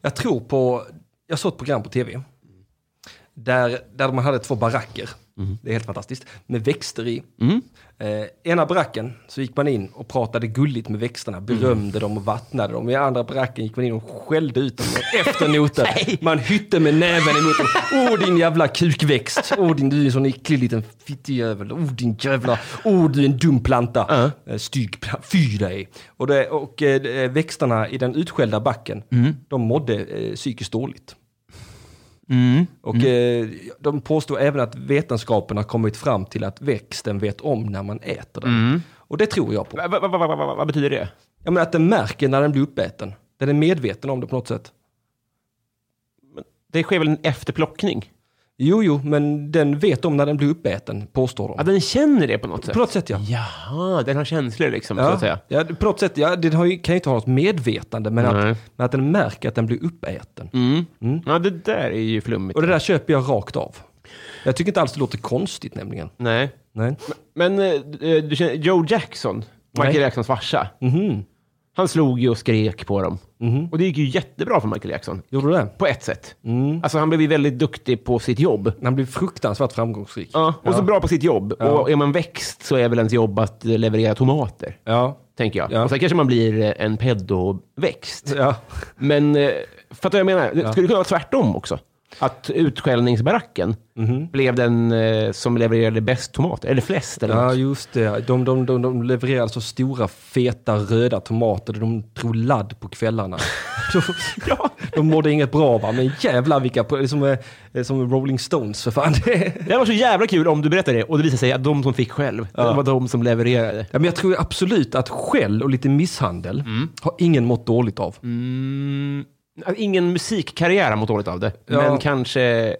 Jag tror på... Jag såg ett program på tv. Där, där man hade två baracker. Det är helt fantastiskt. Med växter i. Eh, ena baracken så gick man in och pratade gulligt med växterna. Berömde dem och vattnade dem. I andra baracken gick man in och skällde ut dem efter noten. Man hytte med näven emot dem. Åh din jävla kukväxt. Åh din du är en sån äcklig liten fittjävel. Åh din jävla. Åh du är en dum planta. Uh. Stygg planta. Fy dig. Och, det, och eh, växterna i den utskällda backen. De mådde eh, psykiskt dåligt. Och
Mm.
eh, de påstår även att vetenskapen har kommit fram till att växten vet om när man äter den.
Mm.
Och det tror jag på.
Va- va- va- va- va- va- Vad betyder det?
Jag menar att den märker när den blir uppäten. Den är medveten om det på något sätt.
Det sker väl en efterplockning?
Jo, jo, men den vet om när den blir uppäten, påstår de.
Ja, den känner det på något sätt.
På något sätt ja.
Jaha, den har känslor liksom, så
Ja,
att säga.
ja, på något sätt, ja, den har ju, kan ju inte ha något medvetande, men
Nej.
att, men att den märker att den blir uppäten.
Mm. Ja, det där är ju flummigt.
Och det där köper jag rakt av. Jag tycker inte alls det låter konstigt nämligen.
Nej.
Nej.
Men eh, eh, du känner Joe Jackson, Michael
Nej.
Jacksons farsa. Mm-hmm. Han slog ju och skrek på dem. Och det gick ju jättebra för Michael Jackson.
Gjorde du det?
På ett sätt. Alltså han blev ju väldigt duktig på sitt jobb.
Han blev fruktansvärt framgångsrik.
Ja, och så bra på sitt jobb. Och är man växt så är väl ens jobb att eh, leverera tomater,
Ja.
tänker jag.
Ja.
Och sen kanske man blir eh, en pedoväxt.
ja.
Men eh, fattar du vad jag menar? Det skulle kunna vara tvärtom också. Att utskällningsbaracken blev den eh, som levererade bäst tomater, eller flest. Eller
Ja,
något.
just det. De, de, de, de levererade så stora, feta, röda tomater. De drog ladd på kvällarna. De, ja. de mådde inget bra, va? men jävlar vilka... po- Det är som, eh, det är som Rolling Stones, för fan.
Det var så jävla kul om du berättar det och det visar sig att de som fick själv, det var de som levererade.
Ja, men jag tror absolut att skäll och lite misshandel har ingen mått dåligt av.
Att Ingen musikkarriär har mått dåligt av det,
Ja.
men kanske...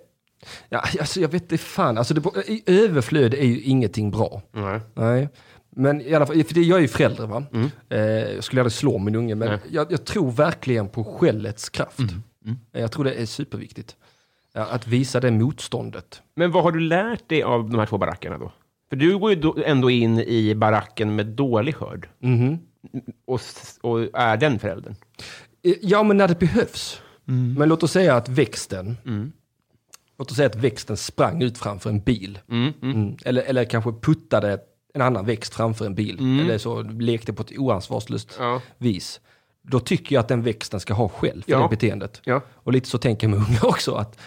Ja, alltså, jag vet inte fan, alltså, det, i överflöd är ju ingenting bra.
Nej.
Nej. Men i alla fall, för det, jag är ju förälder va? Eh, jag skulle aldrig slå min unge, men jag, jag tror verkligen på skällets kraft. Eh, Jag tror det är superviktigt. Ja, att visa det motståndet.
Men vad har du lärt dig av de här två barackerna då? För du går ju då ändå in i baracken med dålig skörd och, s- och är den föräldern.
Eh, Ja, men när det behövs.
Mm.
Men låt oss säga att växten, låt oss säga att växten sprang ut framför en bil. Mm. Eller, eller kanske puttade en annan växt framför en bil. Eller så lekte på ett oansvarslöst
Mm. Ja.
vis. Då tycker jag att den växten ska ha själv för
Ja.
det beteendet.
Ja.
Och lite så tänker jag med unga också. att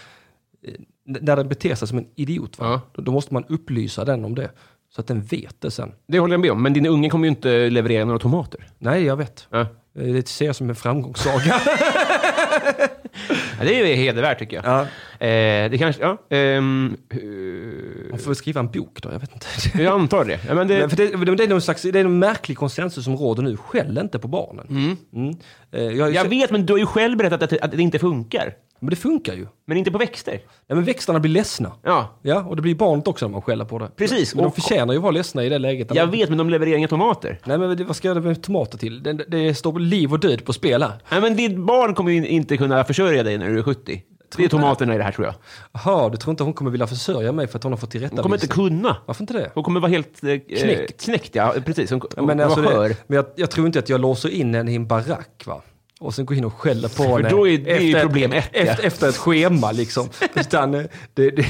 eh, När den beter sig som en idiot, va?
Ja.
Då, då måste man upplysa den om det. Så att den vet det sen.
Det håller jag med om, men din unge kommer ju inte leverera några tomater.
Nej, jag vet.
Ja.
Eh, Det ser jag som en framgångssaga.
Ja, det är ju hedervärt tycker jag. Eh, det kanske, ja, ehm, eh,
Man får väl skriva en bok då, jag vet inte.
jag antar det. Ja, men det,
Men för det, men det, är någon slags, det är en märklig konsensus som råder nu. Skäll inte på barnen. Mm. Eh, Jag,
jag vet, men du har ju själv berättat att, det- att det inte funkar.
Men det funkar ju.
Men inte på växter.
Nej, men växterna blir ledsna.
Ja,
Ja, och det blir barnet också när man skäller på det.
Precis,
Men de
och-
förtjänar ju att vara ledsna i det läget.
jag vet, men de levererar inga tomater.
Nej, men det- vad ska jag med tomater till? Det, det står liv och död på spel här.
Nej, men ditt barn kommer ju inte kunna försörja dig när du är 70. Det är tomaterna i det här tror jag.
Jaha, du tror inte hon kommer vilja försörja mig för att hon har fått tillrättavisning?
Hon kommer inte kunna.
Varför inte det?
Hon kommer vara helt... Eh,
Knäckt.
Knäckt, ja. Precis. Hon,
Ja,
hon
men
kommer
alltså
vara Oh, skör.
det, men jag, jag tror inte att jag låser in henne i en barack va? Och sen går in och skäller på henne.
då är- det är ju
efter
problem
ett,
ett, ja.
efter, efter ett schema liksom. Utan eh, det, det,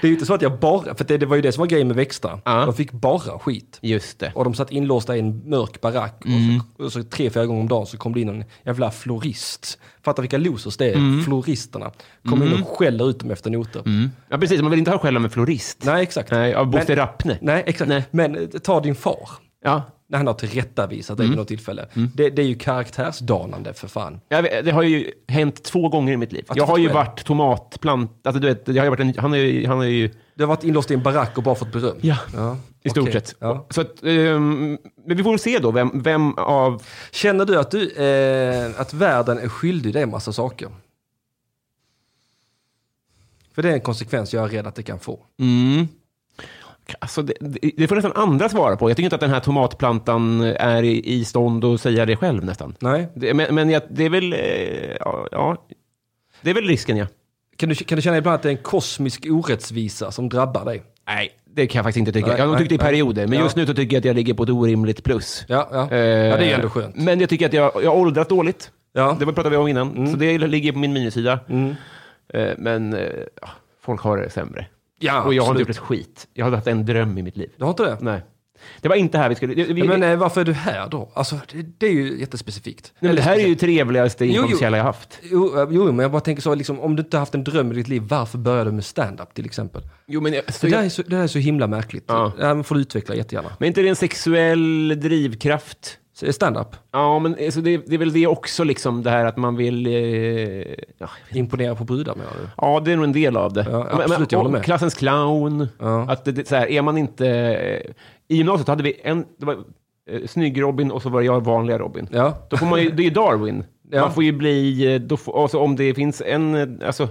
det är ju inte så att jag bara, för det, det var ju det som var grejen med växterna.
Ja.
De fick bara skit.
Just det.
Och de satt inlåsta i en mörk barack.
Mm.
Och, så, och så tre, fyra gånger om dagen så kom det in en jävla florist. Fattar vilka losers det är,
Mm.
floristerna. Kom in och skäller ut dem efter noter.
Ja, precis. Man vill inte ha själv med florist.
Nej, exakt.
Mm. Nej, av Bosse
Men-
Rappne.
Nej, exakt.
Nej.
Men eh, ta din far.
Ja.
när han har tillrättavisat dig
Mm.
vid något tillfälle. Det, det är ju karaktärsdanande för fan.
Jag vet, det har ju hänt två gånger i mitt liv.
Att
Jag
du
har ju
själv-
varit tomatplant... Alltså, du vet, jag har ju varit en, han, är, ju- han är ju...
Du har varit inlåst i en barack och bara fått beröm.
Ja. I stort
okej.
sett.
Ja.
Så att, ehm, men vi får väl se då vem, vem av...
Känner du att, du eh, att världen är skyldig dig en massa saker? För det är en konsekvens jag är rädd att det kan få.
Mm. Alltså det, det, det får nästan andra svara på. Jag tycker inte att den här tomatplantan är i, i stånd att säga det själv nästan.
Nej.
Det, men men jag, det är väl... eh, Ja, ja, det är väl risken, ja.
Kan du, kan du känna ibland att det är en kosmisk orättvisa som drabbar dig?
Nej, det kan jag faktiskt inte tycka.
Nej,
jag har
nej,
tyckt det i
nej.
perioder, men
Ja.
just nu så tycker jag att jag ligger på ett orimligt plus.
Ja, ja.
Eh,
ja det är ju ändå skönt.
Men jag tycker att jag, jag har åldrats dåligt.
Ja.
Eh, Det var- pratade vi om innan. Så det ligger på min minussida. Eh, Men eh, ja, folk har det sämre.
Ja,
och jag har inte
absolut.
gjort ett skit. Jag har haft en dröm i mitt liv.
Du har inte det?
Nej. Det var inte här vi skulle... Vi,
Ja,
men,
men
nej,
eh, varför är du här då? Alltså, det, det är ju jättespecifikt.
men det här är ju trevligaste
jo.
inkomstkälla jag haft.
Jo, eh, jo, men jag bara tänker så, liksom, om du inte har haft en dröm i ditt liv, varför började du med stand-up till exempel?
Jo, men, jag, så
Det där, är
jag,
så, det där är så himla märkligt.
Ja.
Det här får du utveckla jättegärna.
men inte det en sexuell drivkraft?
Så, eh, Stand-up,
Ja, men eh, så det, det är väl det också, liksom det här att man vill... Eh, ja,
imponera på brudar menar du?
Ja, det är nog en del av det.
Ja, absolut, jag håller
och
med.
Klassens clown.
Ja.
Att det, det, så här, är man inte... eh, I gymnasiet hade vi en... Det var, eh, Snygg Robin och så var jag vanliga Robin.
Ja.
Då får man ju, det är ju Darwin.
Ja.
Man får ju bli... eh, Då får, alltså, om det finns en... eh, Alltså,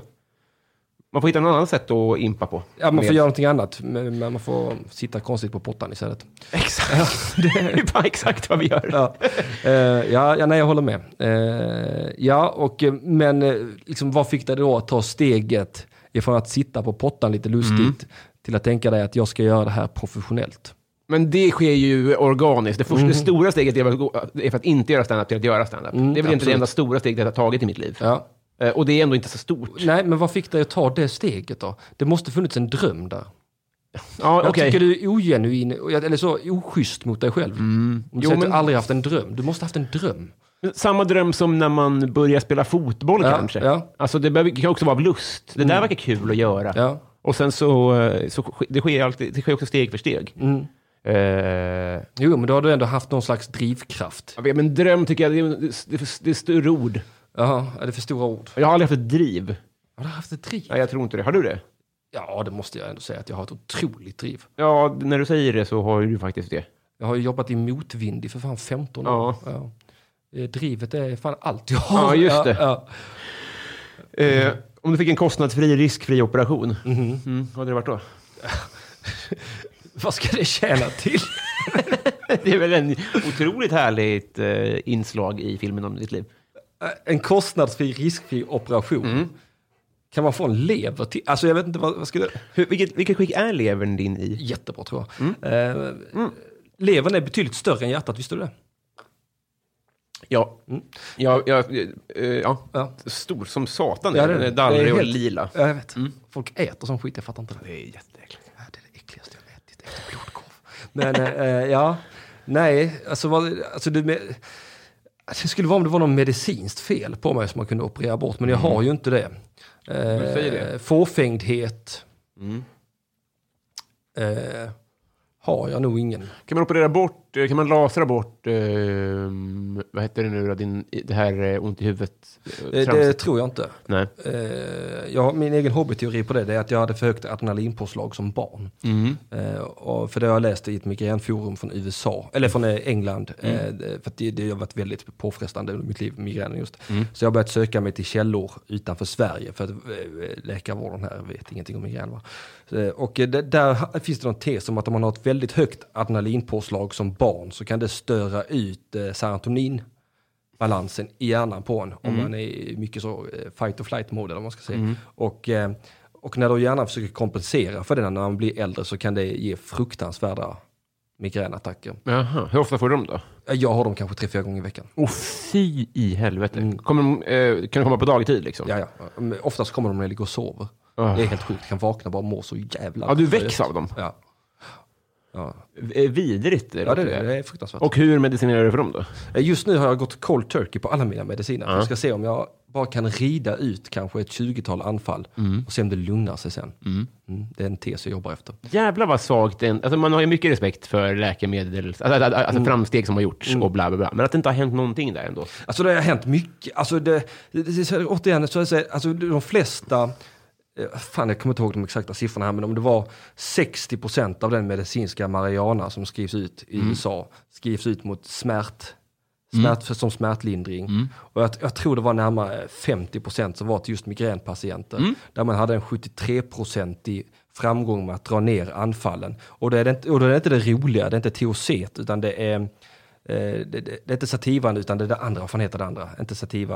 man får hitta en annan sätt att impa på.
ja, man får
Med-
göra någonting annat, men men man får sitta konstigt på pottan istället.
Exakt. det är fan exakt vad vi gör.
Ja, Eh, ja, ja nej, jag håller med. Eh, ja, och, eh, men eh, liksom, vad fick dig då att ta steget ifrån att sitta på pottan lite lustigt
Mm.
till att tänka dig att jag ska göra det här professionellt?
Men det sker ju organiskt. Det, första, det stora steget är väl att gå- är för att inte göra standup till att göra standup.
Mm,
det är väl inte det
absolut.
enda stora steget jag har tagit i mitt liv.
Ja.
Eh, Och det är ändå inte så stort.
Nej, men vad fick dig att ta det steget då? Det måste funnits en dröm där.
Ja,
Jag
okej.
tycker du är ogenuin, eller så oschysst mot dig själv. Om du
Mm. Jo,
säger att
men-
du aldrig haft en dröm. Du måste haft en dröm.
Samma dröm som när man börjar spela fotboll
Ja,
kanske.
ja.
Alltså det behöver- kan också vara av lust. Det där verkar kul att göra.
Ja.
Och sen så, eh, så sk- det sker alltid, det sker också steg för steg. Eh,
Jo, men då har du ändå haft någon slags drivkraft.
jag vet, men dröm tycker jag, det är, det, är, det är större ord.
Jaha, är det för stora ord?
Jag har aldrig haft ett driv.
Har du haft ett driv?
Nej, jag tror inte det. Har du det?
Ja, det måste jag ändå säga att jag har ett otroligt driv.
Ja, när du säger det så har ju du faktiskt det.
Jag har ju jobbat i motvind i för fan 15 år.
Ja.
Ja. Eh, Drivet är fan allt jag
Ja,
har.
just det.
Ja,
Eh, om du fick en kostnadsfri, riskfri operation, mm, vad hade det varit då?
Vad ska det tjäna till?
Det är väl en otroligt härligt eh, inslag i filmen om ditt liv.
en kostnadsfri, riskfri operation.
Mm.
Kan man få en lever till? Alltså jag vet inte, vad, vad skulle...
Hur, vilket, vilket skick är levern din i?
Jättebra tror jag.
Mm.
Eh, Levern är betydligt större än hjärtat, visste du det?
Ja. mm. Ja, ja, eh, ja.
Ja.
Stor som satan.
Ja,
Ja,
det är
den är
det.
darrig
Det är
och
helt-
lila.
Ja, jag vet. Folk äter sån skit, jag fattar inte det.
Mm. Det är jätteäckligt.
Ja, Det är det äckligaste jag ätit efter blodkorv. Men eh, eh, ja, nej, alltså, vad, alltså det, med, alltså, det skulle vara om det var något medicinskt fel på mig som man kunde operera bort, men jag har ju inte det.
Mm.
Eh,
Men säg det.
Fåfängdhet
Mm.
eh, har jag nog ingen.
Kan man operera bort, eh, kan man lasra bort, eh, vad heter det nu då, din, i- det här eh, ont i huvudet? eh,
Eh, det
tramset?
tror jag inte.
Nej.
Eh, jag, har- min egen hobbyteori på det, det är att jag hade för högt adrenalinpåslag som barn. Eh, och för det har jag läst i ett migränforum från USA, eller från eh, England. Eh, för att det, det har varit väldigt påfrestande under mitt liv, migränen just. Så jag har börjat söka mig till källor utanför Sverige för att eh, läkarvården här vet ingenting om migrän. Va? Så, eh, och eh, det, där ha- finns det någon tes om att om man har ett väldigt högt adrenalinpåslag som barn så kan det störa ut eh, serotonin balansen i hjärnan på en.
Mm.
Om man är mycket så eh, fight or flight mode eller vad man ska säga. Och, eh, och när då hjärnan försöker kompensera för det när man blir äldre så kan det ge fruktansvärda migränattacker.
Jaha, hur ofta får du dem då?
Eh, Jag har dem kanske tre, fyra gånger i veckan.
Oh, fy i helvete. Kommer de, eh, kan de komma på dagtid liksom?
Ja, ja. Men Oftast kommer de när jag ligger och sover.
Ah.
Det är helt sjukt. Jag kan vakna och bara må så jävla...
Ja, du
dåligt.
väcks av dem.
Ja. Ja.
Eh, Vidrigt.
ja, det är
låter
det. Det är fruktansvärt.
Och hur medicinerar du för dem då?
Eh, Just nu har jag gått cold turkey på alla mina
Ah.
mediciner. Jag ska se om jag bara kan rida ut kanske ett 20-tal anfall
Mm.
och se om det lugnar sig sen. Mm, det är en tes jag jobbar efter.
Jävlar vad svagt det är. alltså Man har ju mycket respekt för läkemedel, alltså, alltså, alltså framsteg som har gjorts och bla bla bla. Men att det inte har hänt någonting där ändå.
Alltså det har hänt mycket. Alltså det, det, det, så här, återigen, så att säga, alltså de flesta, eh, fan jag kommer inte ihåg de exakta siffrorna här, men om det var 60% av den medicinska marijuana som skrivs ut i USA skrivs ut mot smärt, smärt, som smärtlindring. Och jag, jag tror det var närmare 50% som var till just migränpatienter. Där man hade en 73% i framgång med att dra ner anfallen. Och, det är det inte, och då är det inte det roliga, det är inte THC, utan det är, eh, det, det, det är inte sativan, utan det är det andra, vad fan heter det andra? Inte sativa.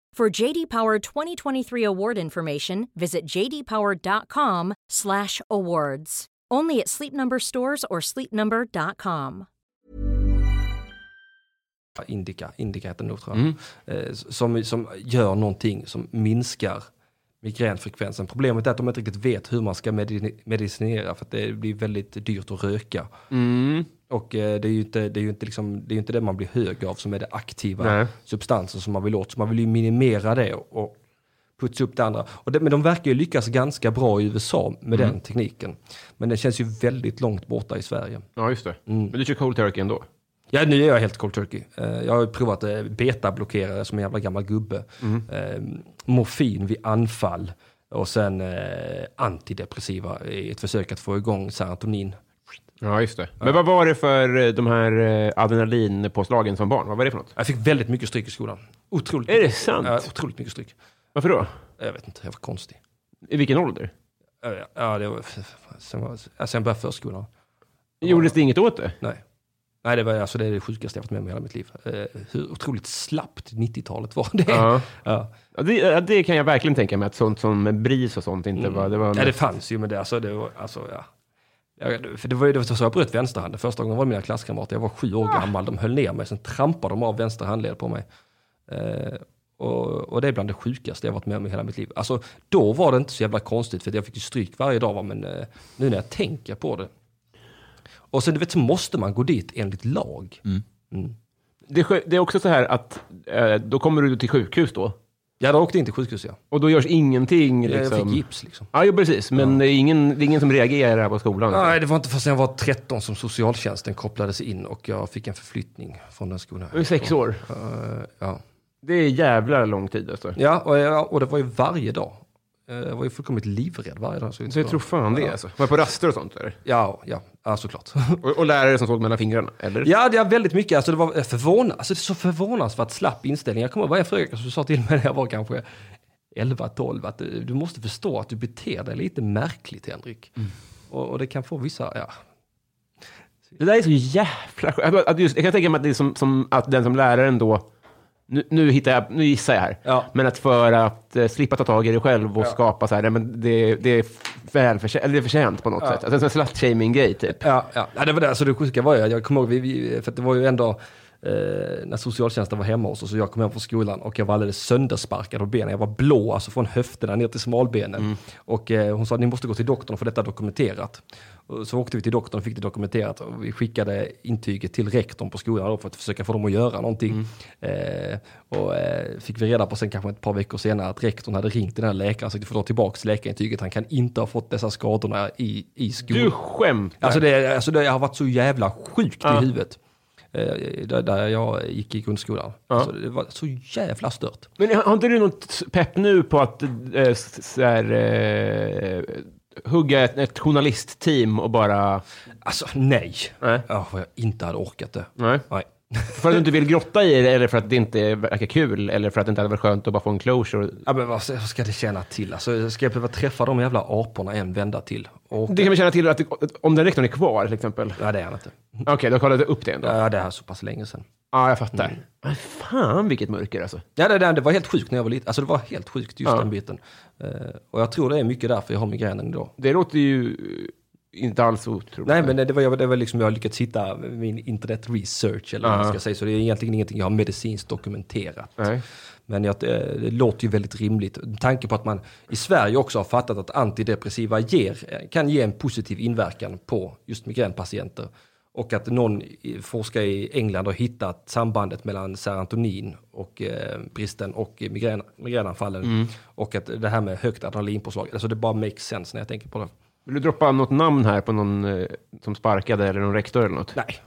For JD Power 2023 award information, visit jdpower.com/awards. Only at Sleep Number stores or sleepnumber.com.
Indica, indica heter det nog tror jag. Eh, Som, som gör någonting som minskar migränfrekvensen. Problemet är att de inte riktigt vet hur man ska medi- medicinera för att det blir väldigt dyrt att röka.
Mm.
Och eh, det är, ju inte, det, är ju inte liksom, det är ju inte det man blir hög av som är det aktiva
Nej.
substansen som man vill åt. Så man vill ju minimera det och putsa upp det andra. Och det, men de verkar ju lyckas ganska bra i USA med den tekniken. Men den känns ju väldigt långt borta i Sverige.
Ja, just det. Mm. Men du kör cold turkey ändå?
Ja, nu är jag helt cold turkey. Eh, Jag har ju provat eh, betablockerare som en jävla gammal gubbe. Eh, Morfin vid anfall och sen eh, antidepressiva i ett försök att få igång serotonin.
Ja, just det. Men vad var det för eh, de här eh, adrenalinpåslagen som barn? Vad var det för något?
Jag fick väldigt mycket stryk i skolan. Otroligt
Är det
mycket.
sant?
Ja, otroligt mycket stryk.
Varför då?
Jag vet inte, jag var konstig.
I vilken ålder?
Eh, Ja, det var, sen, var, ja, sen började förskolan.
Gjordes det inget åt det?
Nej. Nej, det, var, alltså, det är det sjukaste jag varit med om i hela mitt liv. Eh, hur otroligt slappt 90-talet var det.
Ja.
Ja.
Ja, det, ja, det kan jag verkligen tänka mig, att sånt som BRIS och sånt inte var... Mm. Det var
Mm. Ja, det fanns ju, men det, alltså, det var, alltså, ja. Ja, det- För det var ju det var så jag bröt vänsterhanden. Första gången var det mina klasskamrater, jag var sju år gammal, de höll ner mig, sen trampade de av vänster handled på mig. Eh, och, och det är bland det sjukaste jag varit med om i hela mitt liv. Alltså, då var det inte så jävla konstigt, för jag fick ju stryk varje dag, va, men eh, nu när jag tänker på det. Och sen du vet, så måste man gå dit enligt lag.
Mm. Det, skö- det är också så här att eh, då kommer du till sjukhus då,
Ja, då åkte jag in till sjukhus, ja.
och då görs ingenting.
Jag
Liksom.
fick gips liksom.
Ja, jo, precis. Men Det, är ingen, det är ingen som reagerar på skolan.
Nej, det var inte förrän jag var 13 som socialtjänsten kopplades in och jag fick en förflyttning från den skolan.
Du är sex år.
Eh, ja.
Det är jävla lång tid alltså.
Ja, och, ja, och det var ju varje dag. Eh, Jag var ju fullkomligt livrädd varje dag. Så
Så jag tror fan det alltså. Var på raster och sånt eller?
Ja, ja, ja såklart.
Och, och lärare som såg mellan fingrarna, eller?
ja, det är väldigt mycket. Alltså, det var förvånad, alltså, det är så förvånansvärt slapp inställning. Jag kommer ihåg vad jag fröken som sa till mig när jag var kanske 11-12 att eh, du du måste förstå att du beter dig lite märkligt, Henrik.
Mm.
Och, och det kan få vissa, ja.
Det där är så jävla skönt. Att- att just- Jag kan tänka mig att, det är som, som, att den som läraren då... Nu, nu, hittar jag, nu gissar jag här.
Ja.
Men att för att eh, slippa ta tag i det själv och skapa så här, nej, men det, det är välförtjänt, eller det är förtjänt på något sätt. Alltså en sån här slut-shaming-grej typ.
Ja, ja. ja det var det. Alltså, det sjuka var ju, jag kommer ihåg, vi, vi, för att det var ju en dag eh, när socialtjänsten var hemma hos oss och jag kom hem från skolan och jag var alldeles söndersparkad av benen. Jag var blå, alltså från höfterna ner till smalbenen.
Mm.
Och eh, hon sa, ni måste gå till doktorn och få detta dokumenterat. Och så åkte vi till doktorn och fick det dokumenterat och vi skickade intyget till rektorn på skolan då för att försöka få dem att göra någonting.
Mm.
Eh, och eh, fick vi reda på sen kanske ett par veckor senare att rektorn hade ringt den här läkaren och försökte få dra tillbaka läkarintyget. Han kan inte ha fått dessa skadorna i, i skolan.
Du skämtar!
Alltså det, alltså det har varit så jävla sjukt i huvudet. Eh, där, där jag gick i grundskolan. Alltså det var så jävla stört.
Men har har inte du något pepp nu på att eh, s- så här, eh, hugga ett, ett journalistteam och bara...
Alltså nej.
Nej.
Ja, vad jag inte hade orkat det.
Nej.
Nej.
För att du inte vill grotta i det, eller för att det inte verkar kul, eller för att det inte hade varit skönt att bara få en closure.
Ja, men vad vad ska det tjäna till? Alltså, ska jag behöva träffa de jävla aporna en vända till? Och,
Det kan vi känna till att det, om den rektorn är kvar till exempel.
Ja, det är han inte.
Okej, då kollade jag upp det ändå.
Ja, det här är så pass länge sedan.
Ja, jag fattar.
Mm.
Men Fan vilket mörker alltså.
Ja, det, det, det var helt sjukt när jag var liten. Alltså det var helt sjukt just
Ja.
den biten. Eh, och jag tror det är mycket därför jag har migränen idag.
Det låter ju eh, inte alls otroligt.
Nej, men det, det var, jag- det var liksom jag har lyckats hitta min internet research eller vad man
Ja.
ska säga. Så det är egentligen ingenting jag har medicinskt dokumenterat.
Nej.
Men jag, det, det låter ju väldigt rimligt. Med tanke på att man i Sverige också har fattat att antidepressiva ger, kan ge en positiv inverkan på just migränpatienter. Och att någon i- forskare i England har hittat sambandet mellan serotonin och eh, bristen och migrän, migränanfallen.
Mm.
Och att det här med högt adrenalinpåslag, alltså det bara makes sense när jag tänker på det.
Vill du droppa något namn här på någon eh, som sparkade eller någon rektor eller något?
Nej.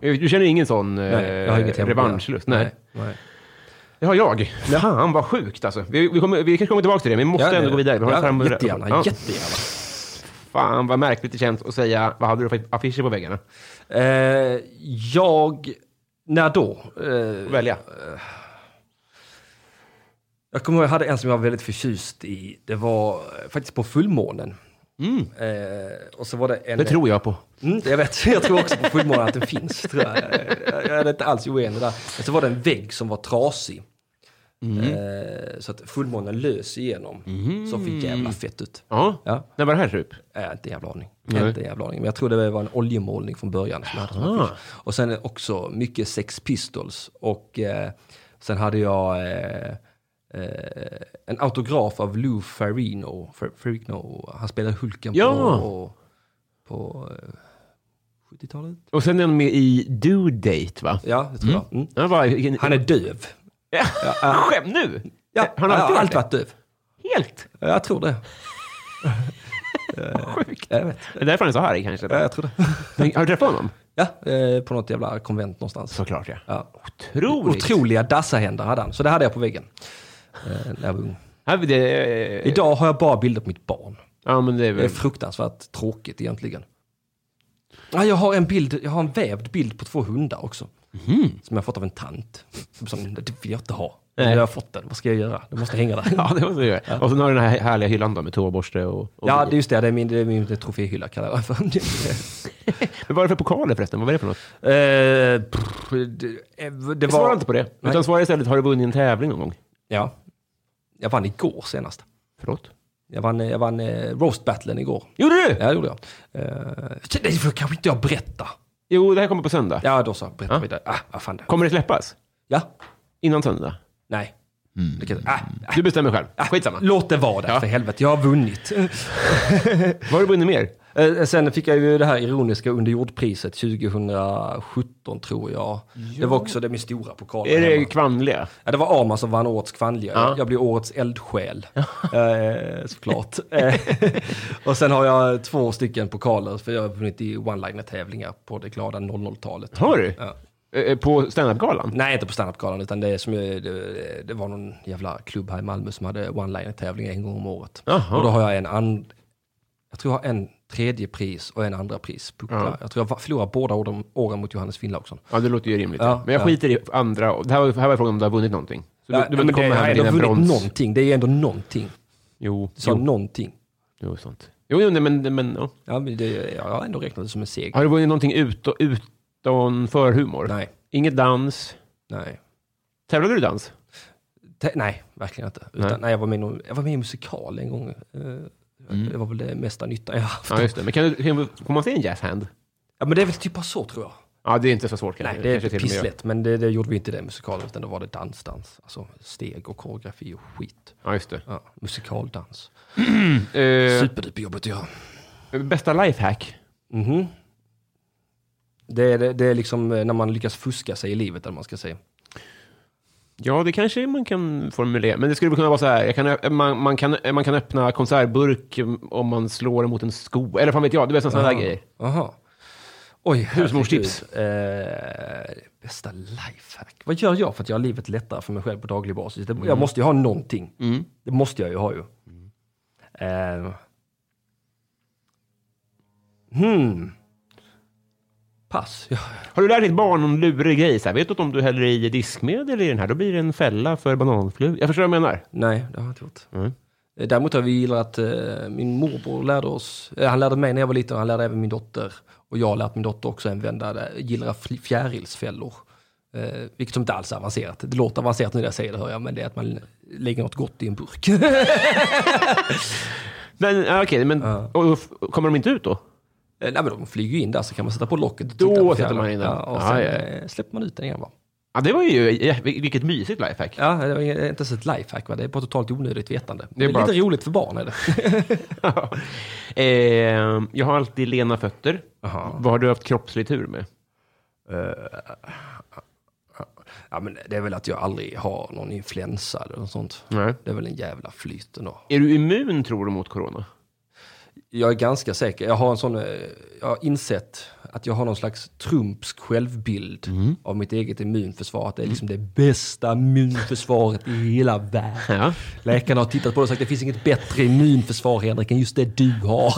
Nej. Du känner ingen sån eh,
Nej, jag har inget hem-
revanschlust? Nej.
Nej.
Det har jag. Fan vad sjukt alltså. Vi, vi, kommer, vi kanske kommer tillbaka till det, men vi måste ändå
det-
gå vidare. Vi har
ja,
ett fram-
jättegärna,
Ja.
jättegärna.
Fan vad märkligt det känns att säga, vad hade du för affischer på väggarna?
Eh, jag, när då? Eh,
Välja.
Jag kommer ihåg, jag hade en som jag var väldigt förtjust i. Det var eh, faktiskt på fullmånen. Eh, och så var det en...
Mm. Det tror jag på.
Mm, jag vet, jag tror också på fullmånen att den finns. Tror jag. Jag, jag är inte alls oenig där. Men så var det en vägg som var trasig.
Mm.
Eh, så att fullmånen lös igenom. Så för jävla fett ut.
Ja.
Ja.
När var det här typ?
Äh, inte jävla aning. Inte jävla aning. Men jag tror det var en oljemålning från början. Som jag hade som affisch. och sen också mycket Sex Pistols. Och eh, sen hade jag eh, eh, en autograf av Lou Ferrino. Fer, Ferrigno. Han spelade Hulken
Ja.
på, på eh, 70-talet.
Och sen är han med i Due Date va?
Ja, det tror jag. Mm.
Han, var,
Han är döv.
skämt nu!
Ja,
han har alltid varit det.
varit döv.
Helt
Jag tror det.
sjukt.
Jag vet.
Det är därför han är så arg kanske.
Ja, jag tror det.
Har du träffat honom?
Ja, eh, på något jävla konvent någonstans.
Såklart ja.
Ja.
Otroligt.
Otroliga dassahänder hade han, så det hade jag på väggen. Eh, när jag var ung.
Här, det, eh,
Idag har jag bara bilder på mitt barn.
Ja, men det är
Det är
väl...
fruktansvärt tråkigt egentligen. Ja, jag, har en bild, jag har en vävd bild på två hundar också. Som jag har fått av en tant. Som sa, det vill jag inte ha. Men
Nej.
jag har fått den, vad ska jag göra? Det måste hänga där.
Ja, det måste du göra. Och sen har du den här härliga hyllan då med toaborste och... och
Ja, det är just det. Det är min, det är min troféhylla kallar jag den för.
Men vad är det för pokaler förresten? Vad var det för något?
Eh, pff, det, det
Svara
var...
inte på det.
Nej.
Utan svara istället, har du vunnit en tävling någon gång?
Ja. Jag vann igår senast.
Förlåt?
Jag vann, jag vann eh, roast-battlen igår.
Gjorde du?
Ja, det gjorde jag. Eh, det får kanske inte jag berätta.
Jo, det här kommer på söndag.
Ja, då så. Berätta
Ja.
vidare. Ah, vad fan det.
Kommer det släppas?
Ja,
Innan söndag?
nej.
Mm.
Det kan, ah,
Du bestämmer själv. Skitsamma.
låt det vara där, för helvete. Jag har vunnit.
Vad har du vunnit mer?
Eh, sen fick jag ju det här ironiska underjordpriset 2017, tror jag. Det var också det min stora pokal.
Är det
hemma.
Kvanliga?
Ja, det var Arman som vann årets kvinnliga.
Ja.
Jag blir årets eldsjäl. eh, såklart. Eh, och sen har jag två stycken pokaler, för jag har vunnit i one-liner-tävlingar på det glada 00-talet.
Har du?
Ja.
Eh, På standup-galan?
Nej, inte på standup-galan, utan det, är som, jag- det, det var någon jävla klubb här i Malmö som hade one-liner-tävling en gång om året.
Jaha.
Och då har jag en and, jag tror jag har en tredje pris och en andra pris. Ja. Jag tror jag va- förlorar båda åren, åren mot Johannes Finnlaugsson.
Ja, det låter ju rimligt.
Ja,
men jag
ja.
skiter i andra. och- Det här var, här var frågan om du har vunnit någonting. Så du,
Ja,
du
men
behöver inte
det-
komma
jag
här
har
med
ändå
dina
vunnit
brons.
någonting, det är ju ändå någonting.
Jo,
Så
jo,
någonting.
jo, sånt. Jo, jo, nej, men, men ja.
Ja, men det, jag har ändå räknat det som en seger.
Har du vunnit någonting ut, utanför humor?
Nej,
Inget dans?
nej.
Tävlade du i dans?
Te- nej, verkligen inte. Utan, nej.
Nej. Mm.
jag, var med, i någon- jag var med i en musikal en gång. Eh, Det var väl det mesta nyttan jag har haft.
Ja, just det. Men kan du, kan, du- får man se en jazzhand?
Ja, men det är väl typ bara så tror jag.
Ja, det är inte så svårt kanske.
Nej, det är
Kanske till och med jag.
pisslätt, men det, det gjorde vi inte i den musikalen, utan då var det dansdans. Alltså steg och koreografi och skit.
Ja, just det.
Ja, musikaldans.
Eh,
Superduperjobbigt att göra.
Bästa lifehack?
Mhm. Det är, det, det är liksom eh, när man lyckas fuska sig i livet, eller vad man ska säga.
Ja, det kanske man kan formulera. Men det skulle väl kunna vara så här. Jag kan, man, man, kan, man kan öppna konservburk om man slår mot en sko. Eller fan vet jag, du vet sådana där grejer.
Aha. Oj,
Husmorstips.
herregud. Eh, bästa lifehack. Vad gör jag för att göra livet lättare för mig själv på daglig basis? Det, Jag måste ju ha någonting. Det måste jag ju ha ju. Eh, hmm. Pass. Ja,
Har du lärt ditt barn någon lurig grej? Så här, vet du att om du häller i diskmedel i den här, då blir det en fälla för bananflugor? Jag förstår vad jag menar.
nej, det har jag inte gjort.
Mm.
Eh, Däremot har vi gillat, eh, min morbror lärde oss, eh, han lärde mig när jag var liten, han lärde även min dotter. Och jag har lärt min dotter också en vända, där, gillar fl- eh, fjärilsfällor. Eh, vilket som inte alls är avancerat. Det låter avancerat nu när jag säger det, hör jag, men det är att man lägger något gott i en burk. Eh,
Men ja, okej, men och, och, f- kommer de inte ut då?
Eh, Nej, men de flyger ju in där så kan man sätta på locket. och
Då
titta på
sätter
fjärran.
man in den.
Ja, och
Ja,
sen
ja.
eh, släpper man ut den igen. Va?
Ja, det var ju ja, vil- vilket mysigt lifehack.
Ja, det är inte ens ett lifehack, va? det är bara totalt onödigt vetande. Det är,
bara-
lite roligt för barn. Är det.
eh, jag har alltid lena fötter. Vad har du haft kroppslig tur med?
Ja, men det är väl att jag aldrig har någon influensa eller något sånt.
Nej.
Det är väl en jävla flyt ändå.
Är du immun, tror du, mot corona?
Jag är ganska säker. Jag har, en sån, eh, jag har insett att jag har någon slags trumpsk självbild av mitt eget immunförsvar. Att det är liksom det bästa immunförsvaret i hela världen.
Ja.
Läkarna har tittat på det och sagt att det finns inget bättre immunförsvar Henrik än just det du har.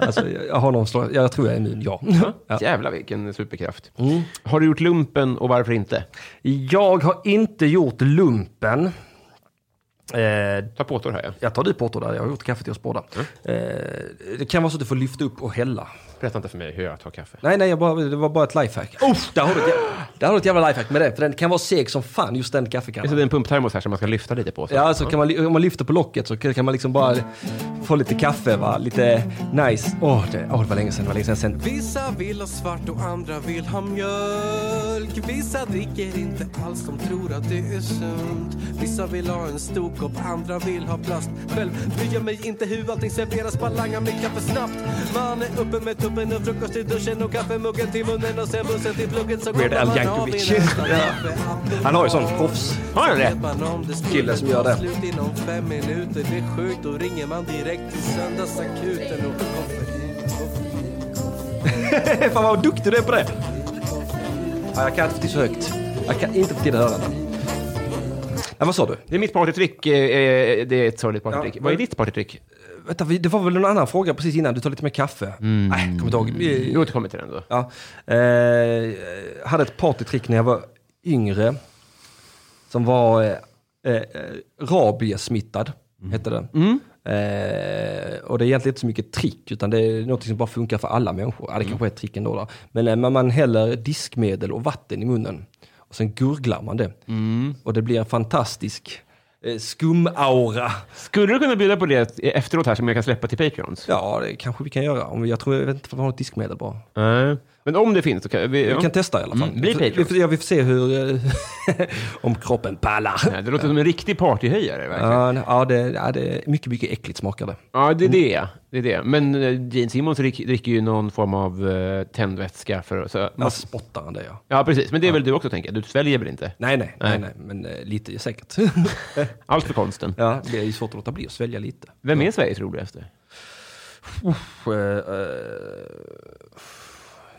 alltså, jag, jag har någon slags, jag tror jag är immun, ja. ja.
Jävlar vilken superkraft. Har du gjort lumpen och varför inte?
Jag har inte gjort lumpen. Eh,
Ta på tår här, ja.
jag tar du porto där, jag har gjort kaffe till oss båda. Eh, det kan vara så att du får lyfta upp och hälla.
Berätta inte för mig hur jag tar kaffe.
Nej, nej, jag bara, det var bara ett lifehack. Uff, där har du ett, jä- där har du ett jävla lifehack med det. För den kan vara seg som fan, just den
Så
kaffekannan.
det är en pumptermos här som man ska lyfta lite på. Så.
Ja, så kan man, li- om man lyfter på locket så kan kan man liksom bara få lite kaffe, va? lite nice. Åh, det, åh, det var länge sedan, det var länge sedan. Sen,
Vissa vill ha svart och andra vill ha mjölk Vissa dricker inte alls, de tror att det är sunt Vissa vill ha en stor kopp, andra vill ha plast Själv bryr jag mig inte hur allting serveras, bara langar mitt kaffe snabbt Man är uppe med tuppen och frukost i duschen och kaffemuggen till munnen och sen bussen till plugget så
Weird Al
kopplar man av
Yankovic.
innan nästa
Ja.
kaffeapp.
han har ju sån proffs.
Har jag det?
Vet man om det skulle
Kille som gör
ta
det.
Slut inom fem minuter, det är sjukt. Då ringer man direkt till söndagsakuten och kommer
fan vad duktig du är på det. Ja, jag kan inte få till så högt. Jag kan inte få till det hörande. Ja, vad sa du?
Det är mitt partytrick. eh, eh, Det är ett sorgligt partytrick.
Ja.
Vad är ditt partytrick?
Vänta, vi- det var väl någon annan fråga precis innan. Du tar lite mer kaffe. Nej, kommer inte ihåg.
Vi återkommer till den då.
Ja. Eh, hade ett partytrick när jag var yngre. Som var eh, eh, rabiesmittad, hette det. Eh, och det är egentligen inte så mycket trick, utan det är något som bara funkar för alla människor. Ja, det kanske är ett trick ändå. Då. Men eh, man- man häller diskmedel och vatten i munnen. Och sen gurglar man det. Och det blir en fantastisk eh, skumaura.
Skulle du kunna bjuda på det efteråt här som jag kan släppa till Patreons?
Ja, det kanske vi kan göra. Om vi, jag, tror, jag vet inte om vi har något diskmedel bara.
Nej. Men om det finns så kan vi...
Vi kan testa i alla fall.
Mm, bli
Vi får-
Patreon.
vi, får, ja, vi får se hur... eh, om kroppen pallar.
Nej, det låter som en riktig partyhöjare. Verkligen.
Ja, nej, ja, det, ja, det är mycket, mycket äckligt smakar det.
Ja, det är det. det, är det. Men eh, Gene Simmons drick- dricker ju någon form av eh, tändvätska. För, så,
Man spottar han det, ja.
Ja, precis. Men det är väl du också, tänker jag. Du sväljer väl inte?
Nej, nej, nej,
Nej.
nej, men eh, lite säkert.
Allt för konsten.
ja, det är ju svårt att låta bli att svälja lite.
Vem är Sveriges roligaste?
Eh, eh,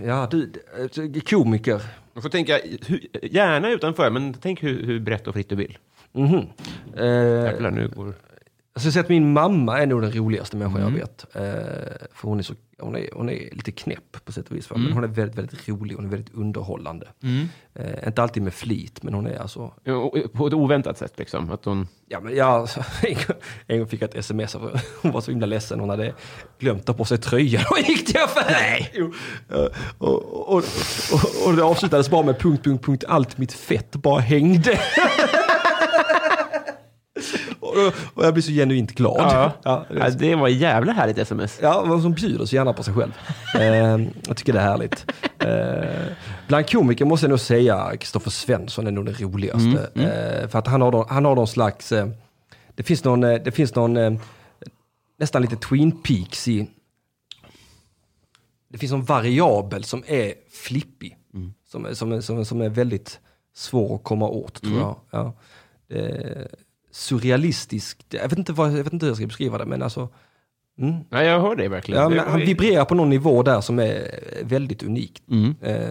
Ja, du, eh, komiker.
Du får tänka, hu- gärna utanför, men tänk hur, hur brett och fritt du vill.
Mhm. Eh,
Jävlar, nu går...
Alltså, Jag skulle säga att min mamma är nog den roligaste människan jag vet. Eh, för hon är, så, hon, är, hon är lite knäpp på sätt och vis. va? Men hon är väldigt, väldigt rolig, hon är väldigt underhållande. Eh, inte alltid med flit, men hon är alltså...
Ja, och- Eh, På ett oväntat sätt, liksom. Att hon...
Ja, men jag, alltså, en, gång, en gång fick jag ett sms, av- hon var så himla ledsen, hon hade glömt ta på sig tröjan och gick till affären. Jo. Eh, Och, och, och, och det avslutades bara med punkt, punkt, punkt, allt mitt fett bara hängde. och, och jag blir så genuint glad. Ja, det är
Ja, det var ett jävla härligt sms.
Ja, vad som bjuder så gärna på sig själv. Eh, jag tycker det är härligt. Eh, bland komiker måste jag nog säga Kristoffer Svensson är nog den roligaste. Eh, för att han har, någon- han har någon slags, eh, det finns någon, eh, det finns någon eh, nästan lite Twin Peaks i, det finns någon variabel som är flippig. Som, är- som, är- som, är- som är väldigt svår att komma åt tror jag. Ja. Eh, surrealistisk, jag vet, inte vad, jag vet inte hur jag ska beskriva det men alltså
Ja, jag hör dig verkligen.
Ja, men
Det-
han vibrerar på någon nivå där som är väldigt unik.
Mm.
Eh,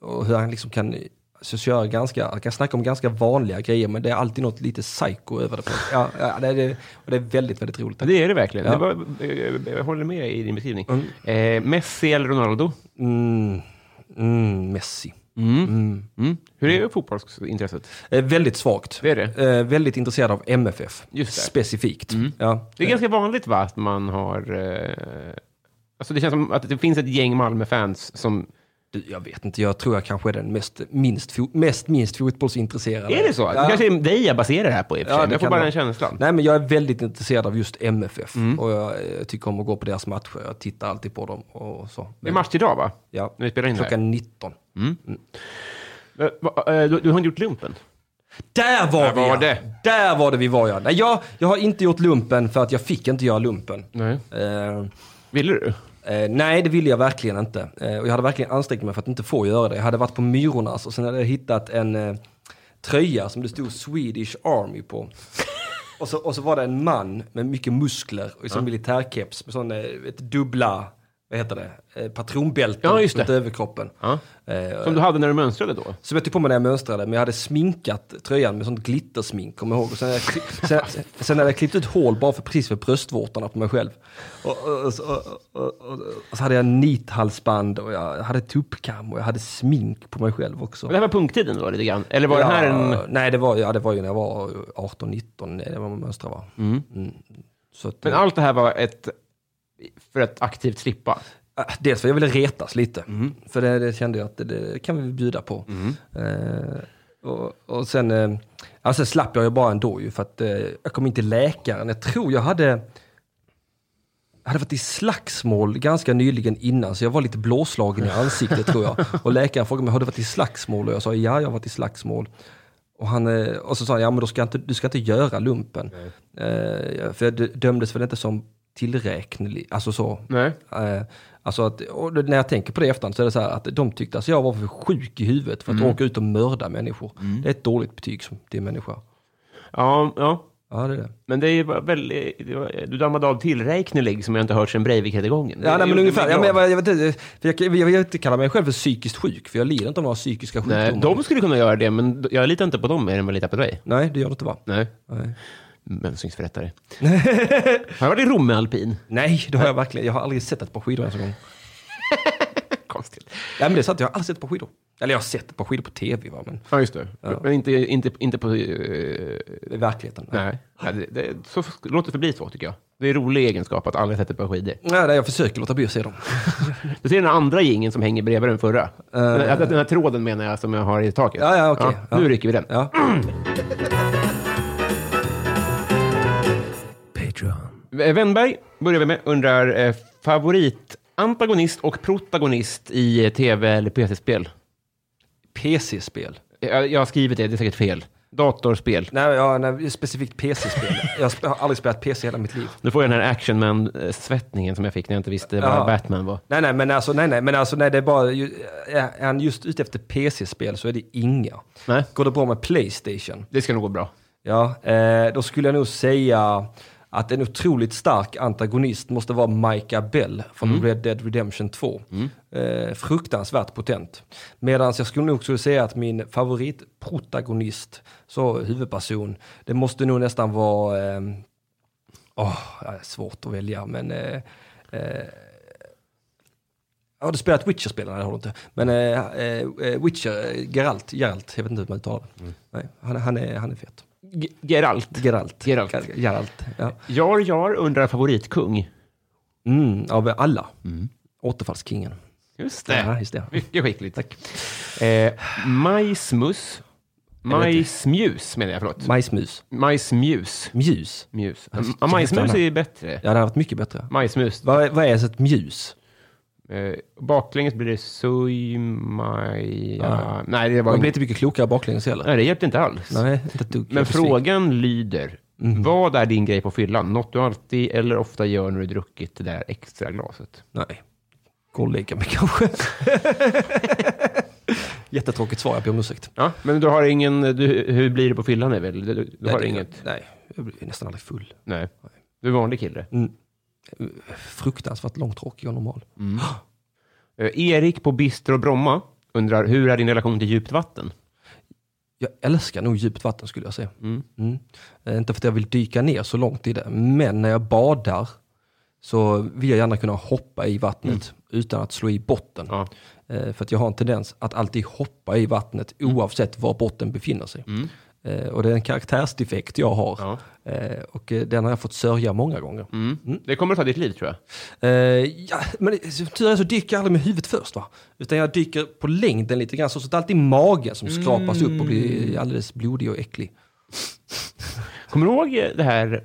och hur han liksom kan så köra ganska, han kan snacka om ganska vanliga grejer men det är alltid något lite psycho över det. På. Ja, ja, det, det, och det är väldigt, väldigt roligt.
Ja, det är det verkligen.
Ja.
Det var, eh, jag håller med i din beskrivning. Eh, Messi eller Ronaldo?
Mm, mm, Messi.
Mm. Hur är fotbollsintresset?
Eh, väldigt svagt.
Det är det.
Eh, väldigt intresserad av MFF.
Just det. Mm.
Specifikt. Ja.
Det är ganska vanligt va, eh, att man har... Eh, alltså det känns som att det finns ett gäng Malmö-fans som
Du, Jag vet inte, jag tror jag kanske är den mest, minst, fo- mest minst fotbollsintresserade.
Är det så? Det
Ja.
kanske är dig jag baserar det här på i och för sig.
det
jag får
kan
bara
vara.
den känslan.
Nej, men jag är väldigt intresserad av just MFF
Mm.
och jag eh, tycker om att gå på deras matcher. Jag tittar alltid på dem och så.
Det är match idag, va?
ja.
När vi spelar in det här.
Klockan 19.
Eh, va- eh, Du, du har inte gjort lumpen?
Där var,
Där
vi!
var
ja.
det.
Där var det vi var ja. Nej, jag, jag har inte gjort lumpen för att jag fick inte göra lumpen.
Nej.
Eh,
Ville du?
Eh, nej, det ville jag verkligen inte. Eh, och jag hade verkligen ansträngt mig för att inte få göra det. Jag hade varit på Myrornas och sen hade jag hittat en eh, tröja som det stod Swedish Army på. och, så, och så var det en man med mycket muskler och i sån militärkeps med sån, eh, ett dubbla, vad heter det, eh, patronbälte
Ja, just det.
runt överkroppen.
Ja.
Eh,
Som du hade när du mönstrade då?
som jag tog på mig när jag mönstrade, men jag hade sminkat tröjan med sånt glittersmink, kommer jag ihåg. Och sen, hade jag, kli- sen, sen hade jag klippt ut hål bara för precis för bröstvårtorna på mig själv. Och, och, och, så- och, och, och, och så hade jag nithalsband och jag hade tuppkam och jag hade smink på mig själv också.
Det här var punktiden då, lite grann? Eller var det här en...
Nej, det var, ja, det var ju när jag var 18-19, det var man mönstrade va? Mm. Så att,
Men allt det här var ett... För att aktivt slippa?
Äh, Dels för jag ville retas lite, för det, det kände jag att det, det kan vi bjuda på. Eh, och, och sen, eh, alltså slapp jag ju bara ändå ju för att eh, jag kom in till läkaren. Jag tror jag hade, jag hade varit i slagsmål ganska nyligen innan så jag var lite blåslagen i ansiktet tror jag. Och läkaren frågade mig, har du varit i slagsmål? Och jag sa, ja jag har varit i slagsmål. Och, han, eh, och så sa han, ja men då ska jag inte, du ska inte göra lumpen. Eh, för jag dö- dömdes väl inte som tillräknelig, alltså så.
Nej.
Eh, Alltså att, och det- när jag tänker på det i efterhand så är det så här att de tyckte att jag var för sjuk i huvudet för att
Mm.
åka ut och mörda människor. Det är ett dåligt betyg som till en människa.
Ja, ja.
Ja, det är det.
Men det är ju bara väldigt... det var- Du dammade av tillräknelig som jag inte hört sedan Breivik-rättegången.
Ja,
Det
nej, men
gjorde
ungefär.
mig
Ja, men
glad.
jag, var- jag, vet inte, för jag, jag, jag vill inte kalla mig själv för psykiskt sjuk, för jag lider inte av några psykiska sjukdomar.
Nej, de skulle kunna göra det, men jag litar inte på dem mer än vad jag litar på dig.
Nej, det gör det inte va?
Nej.
Nej.
Mönstringsförrättare. Har jag varit i Rom med alpin?
Nej, det har jag verkligen. Jag har aldrig sett ett par skidor ens en gång.
Konstigt.
Nej, men det är sant. Jag har aldrig sett ett par skidor. Eller jag har sett ett par skidor på tv, va? men
Ja, just det. Men inte, inte, inte på... eh,
i verkligheten. Nej.
nej. Ja, det, det, så f- låt det förbli så, tycker jag. Det är en rolig egenskap att aldrig sätta ett par skidor.
Nej, nej, jag försöker låta bli att se dem.
Du ser den andra jingeln som hänger bredvid den förra. den, här, den här tråden menar jag som jag har i taket.
Eh. Ja, ja, okej. Ja.
Nu rycker vi den.
Ja.
Eh, Wennberg börjar vi med, undrar eh, favorit antagonist och protagonist i eh, tv eller PC-spel?
PC-spel.
Jag, jag har skrivit det, det är säkert fel. Datorspel.
Nej, ja, nej, specifikt PC-spel. jag sp- har aldrig spelat PC hela mitt liv.
Nu får jag den här actionman-svettningen som jag fick när jag inte visste vad
Ja.
Batman var.
Nej, nej, men alltså, nej, nej, men alltså, nej, det är bara, ju, är han just ute efter PC-spel så är det inga.
Nej.
Går det bra med Playstation?
Det ska nog gå bra.
Ja, eh, då skulle jag nog säga att en otroligt stark antagonist måste vara Micah Bell från Red Dead Redemption 2. Eh, fruktansvärt potent. Medan jag skulle nog också säga att min favoritprotagonist, så huvudperson, det måste nog nästan vara, eh, åh, det är svårt att välja, men eh, eh, jag har du spelat Witcher-spelen? Nej, det har du inte. Men eh, eh, Witcher, eh, Geralt, Geralt, jag vet inte hur man uttalar det. Nej, han, han, är, han är fet.
G- Geralt.
Geralt.
Geralt.
Ger- Geralt, ja.
Jar Jar undrar favoritkung.
Mm, av alla. Återfallskingen.
Just
Ja, just det.
Mycket skickligt. Tack. Eh, majsmus. Majsmjus menar jag, förlåt.
Majsmus.
Majsmjus.
Mjus.
Mjus.
Alltså,
Ja, majsmus
jävlar.
är bättre.
Ja, det hade varit mycket bättre.
Majsmus.
Vad, vad är ens ett mjus?
Eh, baklänges blir det suj, maj...
Ja.
Nej, det var
Man
inte...
blir inte mycket klokare baklänges heller.
Nej, Mm. det hjälpte inte alls.
Nej, inte ett dugg.
Men
Jag Mm, förstår.
frågan lyder, vad är din grej på fyllan? Något du alltid eller ofta gör när du druckit det där extra glaset?
Nej. Gå och lägga mig kanske. Jättetråkigt svar, jag ber om ursäkt.
Ja, men du har ingen... Du, hur blir det på fyllan, är väl? Du, du, du har
Nej, det-
inget?
Nej, jag blir nästan aldrig full.
Nej. Du är vanlig kille.
Fruktansvärt långtråkig och normal.
Eh, Erik på Bistro Bromma undrar, hur är din relation till djupt vatten?
Jag älskar nog djupt vatten skulle jag säga.
Mm.
Mm. Eh, Inte för att jag vill dyka ner så långt i det, men när jag badar så vill jag gärna kunna hoppa i vattnet utan att slå i botten.
Mm. Ja.
Eh, För att jag har en tendens att alltid hoppa i
Mm.
vattnet oavsett var botten befinner sig. Eh, Och det är en karaktärsdefekt jag har. Eh, och eh, den har jag fått sörja många gånger.
Mm. Det kommer att ta ditt liv, tror jag.
Eh, ja, men det- som tur är så dyker jag aldrig med huvudet först va? Utan jag dyker på längden lite grann, så så det är alltid magen som skrapas upp och
Mm.
blir alldeles blodig och äcklig.
Kommer du ihåg eh, det här...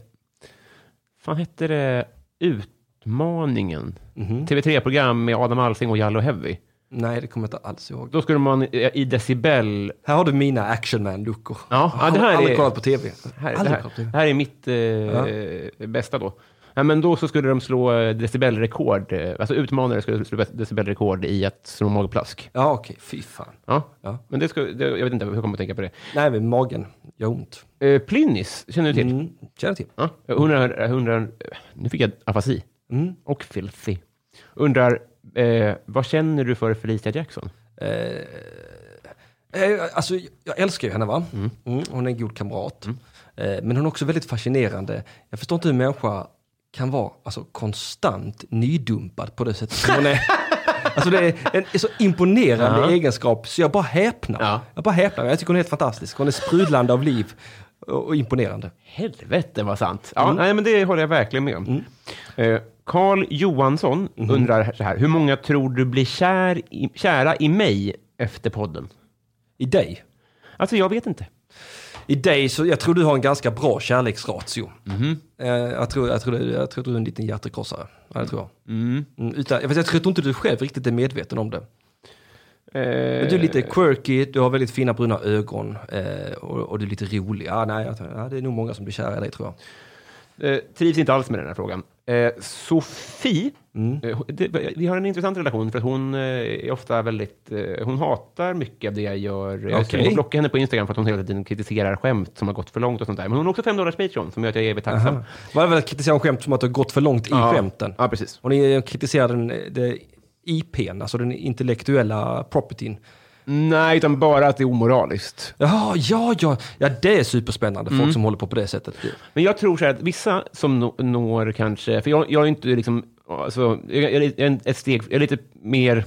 fan hette det? Utmaningen. TV3-program med Adam Alsing och Jallo Heavy.
Nej, det kommer jag inte alls ihåg.
Då skulle man eh, i decibel...
Här har du mina actionman-luckor.
Ja, ja, det här
aldrig
är-
kollat på tv.
Här, det,
aldrig
här,
kollat på TV.
det här är mitt eh, bästa då. Ja, men då så skulle de slå eh, decibelrekord. eh, Alltså utmanare skulle slå decibelrekord i att slå magplask.
Ja, okej. Fy fan.
Ja.
Ja.
Men det ska, det, jag vet inte hur jag kommer att tänka på det.
Nej, men magen gör ont.
Eh, Plynnis känner du till?
Mm, känner till.
Ja, jag undrar, undrar, nu fick jag afasi. Och filthy. Undrar, eh, vad känner du för Felicia Jackson?
Eh, Alltså, jag älskar ju henne va? Mm, hon är en god kamrat.
Mm.
Eh, Men hon är också väldigt fascinerande. Jag förstår inte hur en människa kan vara alltså, konstant nydumpad på det sättet som hon är. Alltså det är en så imponerande egenskap så jag bara häpnar.
Ja.
Jag bara häpnar. Jag tycker hon är helt fantastisk. Hon är sprudlande av liv och och imponerande.
Helvete vad sant! Ja, nej, men det håller jag verkligen med om. Eh, Carl Johansson undrar så här, hur många tror du blir kär i, kära i mig efter podden?
I dig?
Alltså, jag vet inte.
I dig så, jag tror du har en ganska bra kärleksratio. Eh, Jag, tror, jag, tror, jag tror du är en liten hjärtekrossare. Ja, det tror jag. Mm, utan, jag, vet- jag tror inte du själv riktigt är medveten om det.
Eh,
Men du är lite quirky, du har väldigt fina bruna ögon eh, och, och du är lite rolig. Ja, nej, jag, tror- ja, det är nog många som blir kära i dig tror jag.
Eh, trivs inte alls med den här frågan. Eh, Sofie,
Mm.
eh, det, vi har en intressant relation för att hon eh, är ofta väldigt, eh, hon hatar mycket av det jag gör. Jag
Okej.
okay. blockar henne på Instagram för att hon hela tiden kritiserar skämt som har gått för långt och sånt där. Men hon har också 5 dollars Patreon som gör att jag är evigt tacksam.
Man väl kritiserar en skämt som att det har gått för långt i
Ja.
skämten.
Ja, precis.
Och ni kritiserar den, det, IPn, alltså den intellektuella propertyn.
Nej, utan bara att det är omoraliskt.
Jaha, ja, ja, ja, det är superspännande folk som håller på på det sättet.
Men jag tror så här att vissa som nå- når kanske, för jag, jag är inte liksom, alltså, jag, jag är en- ett steg, jag är lite mer,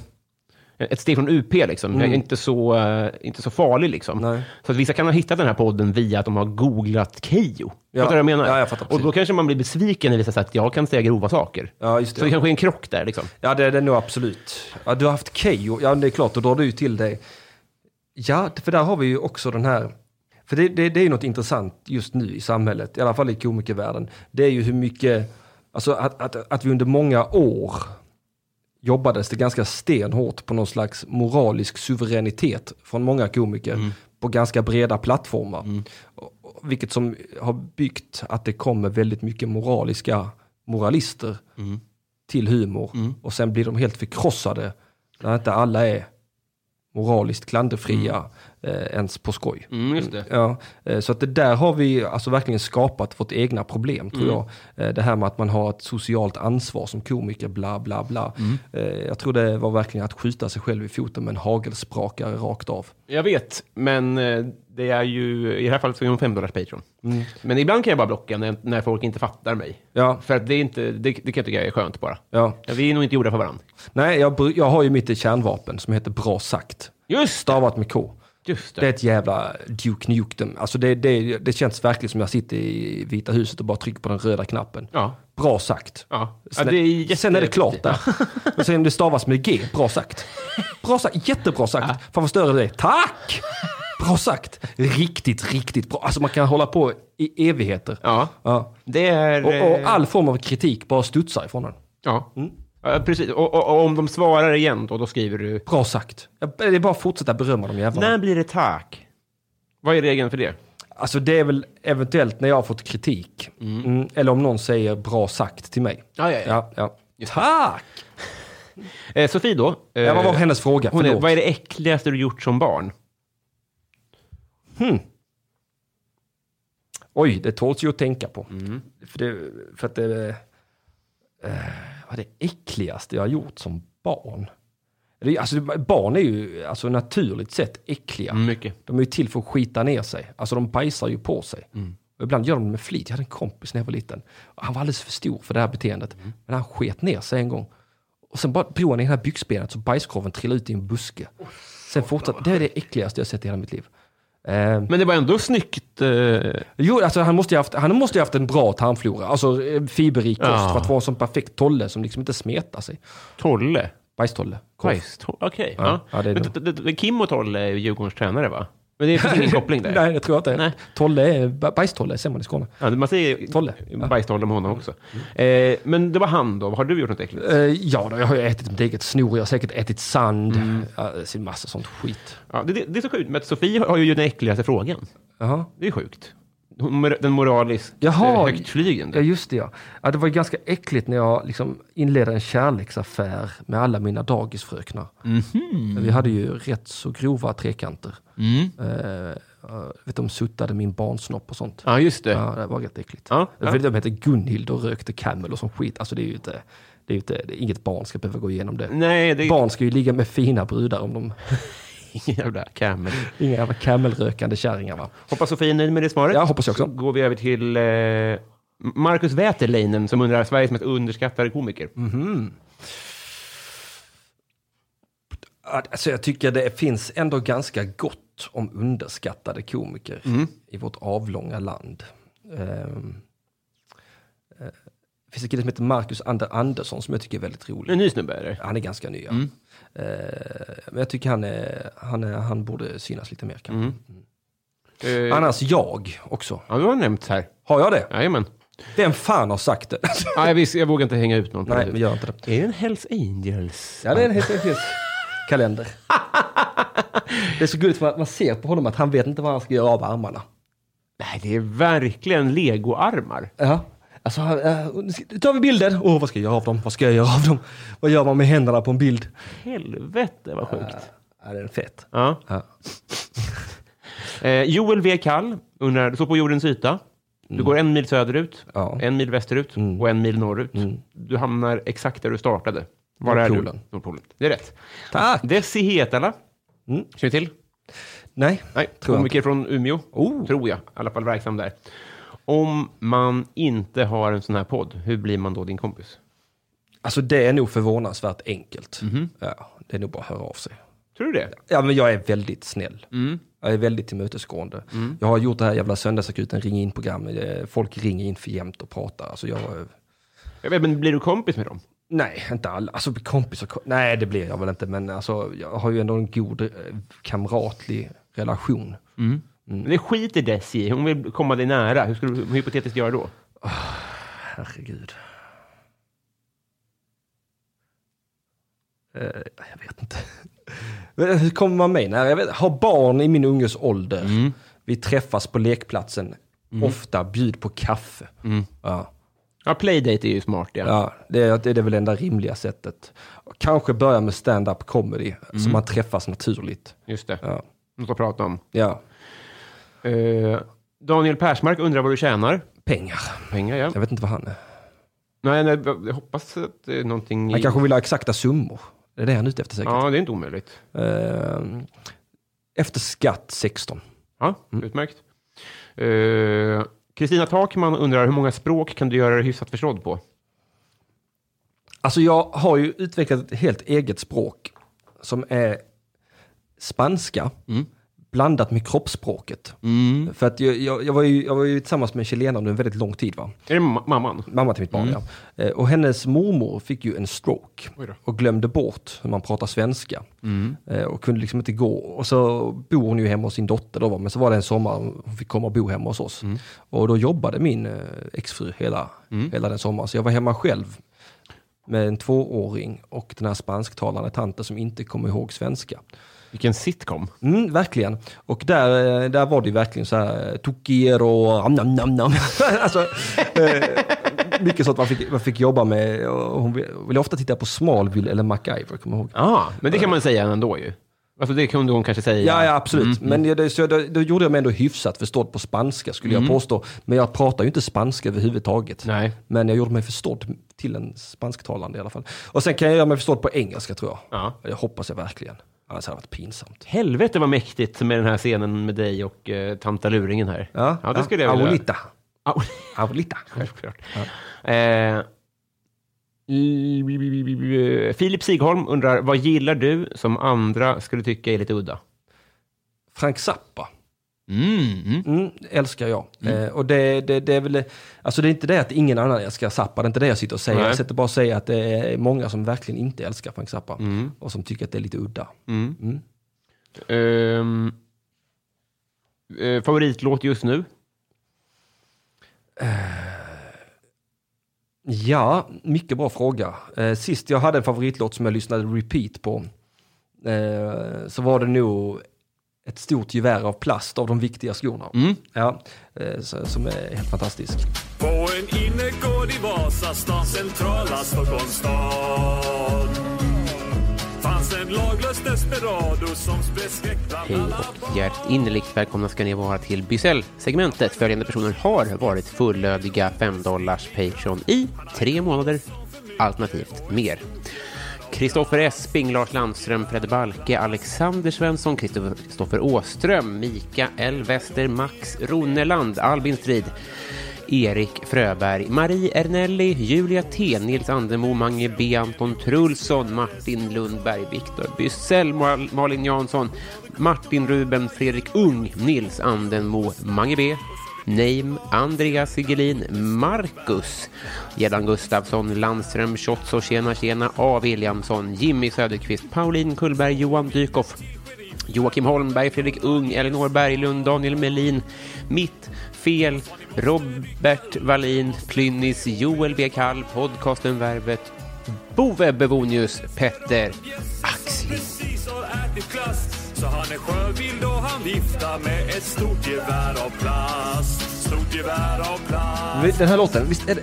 ett steg från UP liksom. Jag är inte så, eh, inte så farlig liksom.
Mm. Nej.
Så att vissa kan ha hittat den här podden via att de har googlat Keyyo.
Ja.
Fattar du vad jag menar?
Ja, jag fattar
och då
precis.
kanske man blir besviken när det visar sig att jag kan säga grova saker.
Ja, just det.
Så det kanske är en krock där liksom.
Ja, det är det nog absolut. Ja, du har haft Keyyo, ja det är klart, då drar du ju till dig. Ja, för där har vi ju också den här, för det, det, det är ju något intressant just nu i samhället, i alla fall i komikervärlden. Det är ju hur mycket, alltså att, att, att vi under många år jobbades det ganska stenhårt på någon slags moralisk suveränitet från många komiker på ganska breda plattformar. Och- och- Vilket som har byggt att det kommer väldigt mycket moraliska moralister till humor
Mm.
och sen blir de helt förkrossade när inte alla är moraliskt klanderfria eh, ens på skoj.
Mm. just det.
Ja, eh, så att det där har vi alltså verkligen skapat vårt egna problem
Mm.
tror jag. Eh, Det här med att man har ett socialt ansvar som komiker, bla bla bla.
Mm.
Eh, Jag tror det var verkligen att skjuta sig själv i foten med en hagelsprakare rakt av.
Jag vet, men eh, det är ju, i det här fallet så är hon 5 dollars Patreon. Men ibland kan jag bara blocka när, när folk inte fattar mig.
Mm. Ja,
För att det, är inte, det, det kan jag tycka är skönt bara.
ja.
Ja, Vi är nog inte gjorda för varandra.
Nej, jag, bru- jag har ju mitt kärnvapen som heter Bra sagt.
Just
Stavat med K.
Just det.
Det är ett jävla Duke Nukem. Alltså det, det, det känns verkligen som jag sitter i Vita huset och bara trycker på den röda knappen.
Ja.
Bra sagt.
Ja. Ja,
Sen,
det är jätte-
sen är det klart där. Och sen om det stavas med G, bra sagt. Bra sagt, jättebra sagt. Fan vad större det är. Tack! Bra sagt. Riktigt, riktigt bra. Alltså man kan hålla på i evigheter.
Ja.
Ja.
Det är...
Och, och
eh,
all form av kritik bara studsar ifrån den.
Ja. Ja, precis. Och, och, och om de svarar igen då, då skriver du...
Bra sagt. Jag- Det är bara att fortsätta berömma de jävlarna.
När blir det tack? Vad är regeln för det?
Alltså det är väl eventuellt när jag har fått kritik. Mm. Eller om någon säger bra sagt till mig.
Ja, ja, ja.
ja. Tack!
Eh, Sofie då? Eh,
Ja, vad var hennes fråga?
hon är,
Förlåt.
vad är det äckligaste du gjort som barn?
Oj, det tåls ju att tänka på.
Mm.
För, det, för att det... eh, vad är det äckligaste jag har gjort som barn? Det, är- alltså, barn är ju alltså, naturligt sett äckliga.
Mycket.
De är ju till för att skita ner sig. Alltså de bajsar ju på sig.
Mm.
Och ibland gör de det med flit. Jag hade en kompis när jag var liten. Och han var alldeles för stor för det här beteendet.
Mm.
Men han sket ner sig en gång. Och sen bara drog han i ena byxbenet så bajskorven trillade ut i en buske. Sen fortsatte, det är det äckligaste jag sett i hela mitt liv. Eh,
Men det var ändå snyggt. Eh,
jo, alltså han måste ju haft, han måste ju haft en bra tarmflora. Alltså eh, fiberrik kost
Ja.
för att vara en sån perfekt tolle som liksom inte smetar sig.
Tolle.
Bajstolle. Korv.
Nice. To- Okej.
Ja,
Ja.
ja, det är
Men
bra.
d- d- d- Kim och Tolle är ju Djurgårdens tränare, va? Men det finns ingen koppling där.
Nej, det tror jag inte.
Nej.
Tolle är, ba- bajstolle säger man i Skåne.
Ja, man säger
Tolle. Ja.
bajstolle om honom också. Eh, men det var han då. Har du gjort något äckligt?
Eh, ja, då, jag har ju ätit mitt eget snor, jag har säkert ätit sand. Mm. Massa sånt skit.
Ja, det, det är så sjukt med att Sofie har ju den äckligaste frågan.
Jaha.
Det är sjukt. Hon mor- Den moraliskt
Jaha.
eh, högtflygande.
Ja, just det ja. ja. Det var ganska äckligt när jag liksom inledde en kärleksaffär med alla mina dagisfröknar. Vi hade ju rätt så grova trekanter. Eh, eh, vet, de suttade min barnsnopp och sånt.
Ja, just det.
Ja, det var rätt äckligt.
Ja, ja.
För de hette Gunhild och rökte Camel och sån skit. Alltså det är ju inte, det är ju inte, det är inget barn ska behöva gå igenom det.
Nej, det är
Barn ska ju ligga med fina brudar om de,
ingen jävla camel.
inga jävla Camel-rökande kärringar va.
Hoppas Sofie är nöjd med det svaret.
Ja, hoppas jag
Så
också.
går vi över till eh, Marcus Wäterleinen som undrar Sveriges mest underskattade komiker.
Mm. Alltså jag tycker det finns ändå ganska gott om underskattade komiker i vårt avlånga land. Ehm, eh, det finns en kille som heter Marcus Ander Andersson som jag tycker är väldigt
En
rolig.
ny snubbe är det.
Han är ganska ny. ja. Eh, men jag tycker han, är, han, är, han borde synas lite mer kanske.
Eh,
Annars jag också.
Ja, du har nämnt här.
Har jag det?
Jajamän.
Vem fan har sagt det?
Nej, visst, jag vågar inte hänga ut någon. på
Nej,
det.
men gör inte det.
Är det en Hells Angels?
Ja, det är en helt enkelt kalender. Det är så gulligt för att man ser på honom att han vet inte vad han ska göra av armarna.
Nej, det är verkligen legoarmar.
Ja. Alltså, han- eh, nu tar vi bilden. Åh, vad ska jag göra av dem? Vad ska jag göra av dem? Vad gör man med händerna på en bild?
Helvete vad sjukt.
Ja, den är fet.
Ja.
Ja.
Eh, Joel V. Kall undrar, du står på jordens yta. Du går en mil söderut,
Mm. Ja. Mm.
en mil västerut och en mil norrut. Du hamnar exakt där du startade. Var är du?
Nordpolen.
Nordpolen. Det är rätt.
Tack!
Desi Hetala.
Mm.
Känner du till?
Nej.
Nej,
Tror jag
komiker från Umeå.
Oh.
Tror jag. I alla fall verksam där. Om man inte har en sån här podd, hur blir man då din kompis?
Alltså det är nog förvånansvärt enkelt. Ja, det är nog bara att höra av sig.
Tror du det?
Ja, men jag är väldigt snäll. Jag är väldigt tillmötesgående. Jag har gjort det här jävla söndagsakuten ring in-program. Eh, Folk ringer in för jämt och pratar. Alltså jag... eh,
Jag vet, men blir du kompis med dem?
Nej, inte alla. Alltså kompisar, kom- nej det blir jag väl inte. Men alltså, jag har ju ändå en god eh, kamratlig relation. Mm.
Men det skiter Desi i. Hon vill komma dig nära. Hur skulle du hypotetiskt göra då?
Herregud. Eh, jag vet inte. Men Hur kommer man mig nära? Jag vet, har barn i min unges ålder. Vi träffas på lekplatsen. Ofta bjud på kaffe. Ja,
Ja, playdate är ju smart. Ja.
ja, det, är, det är väl det enda rimliga sättet. Kanske börja med stand-up comedy. Så man träffas naturligt.
Just det.
Ja.
Något att prata om.
ja,
Eh, Daniel Persmark undrar vad du tjänar.
pengar.
Pengar, ja.
Jag vet inte vad han är.
Nej, nej, jag hoppas att det är någonting...
Han
i-
kanske vill ha exakta summor. Det är det han är ute efter säkert.
Ja, det är inte omöjligt.
Eh, efter skatt 16.
Ja, utmärkt. Eh, Kristina Takman undrar hur många språk kan du göra dig hyfsat förstådd på?
Alltså jag har ju utvecklat ett helt eget språk som är spanska blandat med kroppsspråket. För att jag, jag, jag, var ju, jag var ju tillsammans med en chilenare under en väldigt lång tid. Va?
Är det ma- mamman?
Mamma till mitt barn, ja. Eh, Och hennes mormor fick ju en stroke
Mm. Oj då. Mm.
och glömde bort hur man pratar svenska. Eh, Och kunde liksom inte gå. Och så bor hon ju hemma hos sin dotter då, va? men så var det en sommar hon fick komma och bo hemma hos oss.
Mm.
Och då jobbade min eh, exfru hela, hela den sommaren, så jag var hemma själv med en tvååring och den här spansktalande tanten som inte kom ihåg svenska.
Vilken sitcom.
Mm, verkligen. Och där, eh, där var det ju verkligen så här, tokier och am, nam, nam, nam. alltså, eh, mycket sånt man fick, man fick jobba med. Och hon ville ville ofta titta på Smallville eller MacGyver, kommer jag ihåg.
Ja, men det kan man säga ändå ju. Alltså det kunde hon kanske säga.
Ja, ja
Mm,
absolut. Men jag- det, så jag, då, då gjorde jag mig ändå hyfsat förstådd på spanska, skulle jag påstå. Men jag pratar ju inte spanska överhuvudtaget.
Mm. Nej.
Men jag gjorde mig förstådd till en spansktalande i alla fall. Och sen kan jag göra mig förstådd på engelska, tror jag.
Ja.
Det hoppas jag verkligen. Annars hade det varit pinsamt.
Helvete vad mäktigt med den här scenen med dig och eh, tanta luringen här. ja det skulle jag vilja.
Aulita.
Au-
Aulita.
Självklart. Eh, l- Filip Sigholm undrar, vad gillar du som andra skulle tycka är lite udda?
Frank Zappa. Mm, älskar jag. Eh, och det, det, det är väl, alltså det är inte det att ingen annan älskar Zappa, det är inte det jag sitter och säger.
Nej.
Jag sitter bara och säger att det är många som verkligen inte älskar Frank Zappa och som tycker att det är lite udda.
Ehm, eh, favoritlåt just nu?
Ja, mycket bra fråga. Eh, sist jag hade en favoritlåt som jag lyssnade repeat på eh, så var det nog ett stort gevär av plast av de viktiga skorna. Ja, eh, så, som är helt fantastisk.
På en innergård i Vasastan, centrala Stockholms stad fanns en laglös desperado som spred skräck bland
Hej
alla
och hjärtligt innerligt välkomna ska ni vara till Bysell-segmentet. Följande personer har varit fullödiga 5 dollars Patreon i tre månader, alternativt mer. Kristoffer Esping, Lars Landström, Fredde Balke, Alexander Svensson, Kristoffer Åström, Mikael Wester, Max Roneland, Albin Strid, Erik Fröberg, Marie Ernelli, Julia T, Nils Andemo, Mange B, Anton Trulsson, Martin Lundberg, Viktor Byssell, Mal- Malin Jansson, Martin Ruben, Fredrik Ung, Nils Andemo, Mange B, Neim, Andreas Sigelin, Marcus, Gedan Gustafsson, Landström, Schotzo, Tjena Tjena, A. Williamsson, Jimmy Söderqvist, Pauline Kullberg, Johan Dykhoff, Joakim Holmberg, Fredrik Ung, Elinor Berglund, Daniel Melin, Mitt Fel, Robert Wallin, Plynnis, Joel B. Kall, podcasten Värvet, Bove Bevonius, Petter Axling.
precis har ätit glass Så han är sjövild och han viftar med ett stort gevär av plast Stort gevär av plast
Vi- Den här låten, visst är det,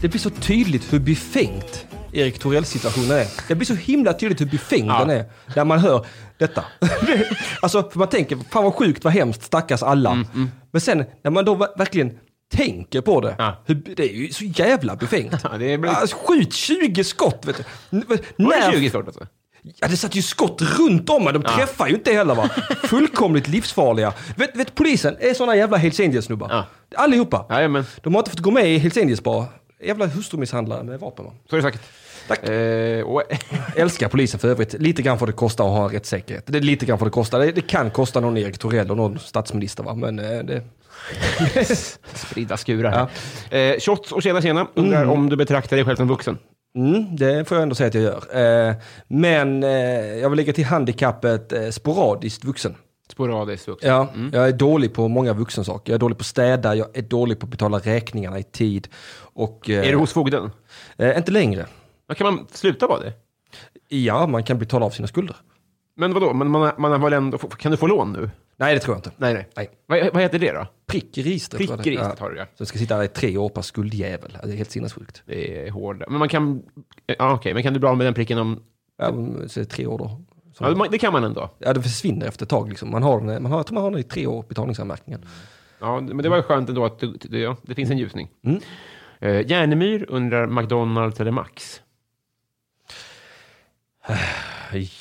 det blir så tydligt hur befängt Erik Torells situationen är. Det blir så himla tydligt hur befängd den är när man hör detta. alltså, för man tänker, fan vad sjukt, vad hemskt, stackars alla.
Mm,
Men sen när man då ver- verkligen tänker på det,
Ja.
hur, det är ju så jävla befängt.
Ja, det blir-
alltså, skjut 20 skott, vet du. N-
Var
när-
det 20 skott alltså?
Ja, det satt ju skott runt om mig. De träffar ju inte heller va. Fullkomligt livsfarliga. Vet, vet polisen är såna jävla Hells Angels-snubbar.
Ja.
Allihopa.
Jajamän,
De har inte fått gå med i Hells Angels bara. Jävla hustrumisshandlare med vapen. va?
så är det sagt.
Tack.
Eh, och,
Älskar polisen för övrigt. Lite grann får det kosta att ha en rättssäkerhet. Det är lite grann får det kosta. Det, det kan kosta någon Erik Torell och någon statsminister va. Men eh, det...
Alltså,
spridda skurar här. Eh, shots och tjena tjena, undrar om du betraktar dig själv som vuxen?
Mm, det får jag ändå säga att jag gör. Eh, men eh, jag vill lägga till handikappet eh, sporadiskt vuxen.
Sporadiskt vuxen.
Ja, jag är dålig på många vuxensaker. Jag är dålig på att städa, jag är dålig på att betala räkningarna i tid. Och, eh,
Är du hos fogden?
eh, inte längre.
Ja, Kan man sluta vara det?
Ja, man kan betala av sina skulder.
Men vadå, men man, har- man har väl ändå, kan du få lån nu?
Nej, det tror jag inte.
Nej, nej.
Nej.
Vad, vad heter det då?
Prick i registret. tror jag det-
Prick i registret
Ja.
har du ja.
Så jag ska sitta där i tre år per skuldjävel. Alltså, Det är helt sinnessjukt.
Det är hårda. Men man kan... Ja, okej. Men kan du bli av med den pricken om...
Ja, men, så är det tre år då. Så,
Ja,
ja,
man- det kan man ändå.
det försvinner efter ett tag. Liksom. Man har den, man har, jag tror man har den i tre år, betalningsanmärkningen.
Ja, men det var ju skönt ändå att du, du, ja, det finns en ljusning. Eh, Järnemyr undrar McDonalds eller Max?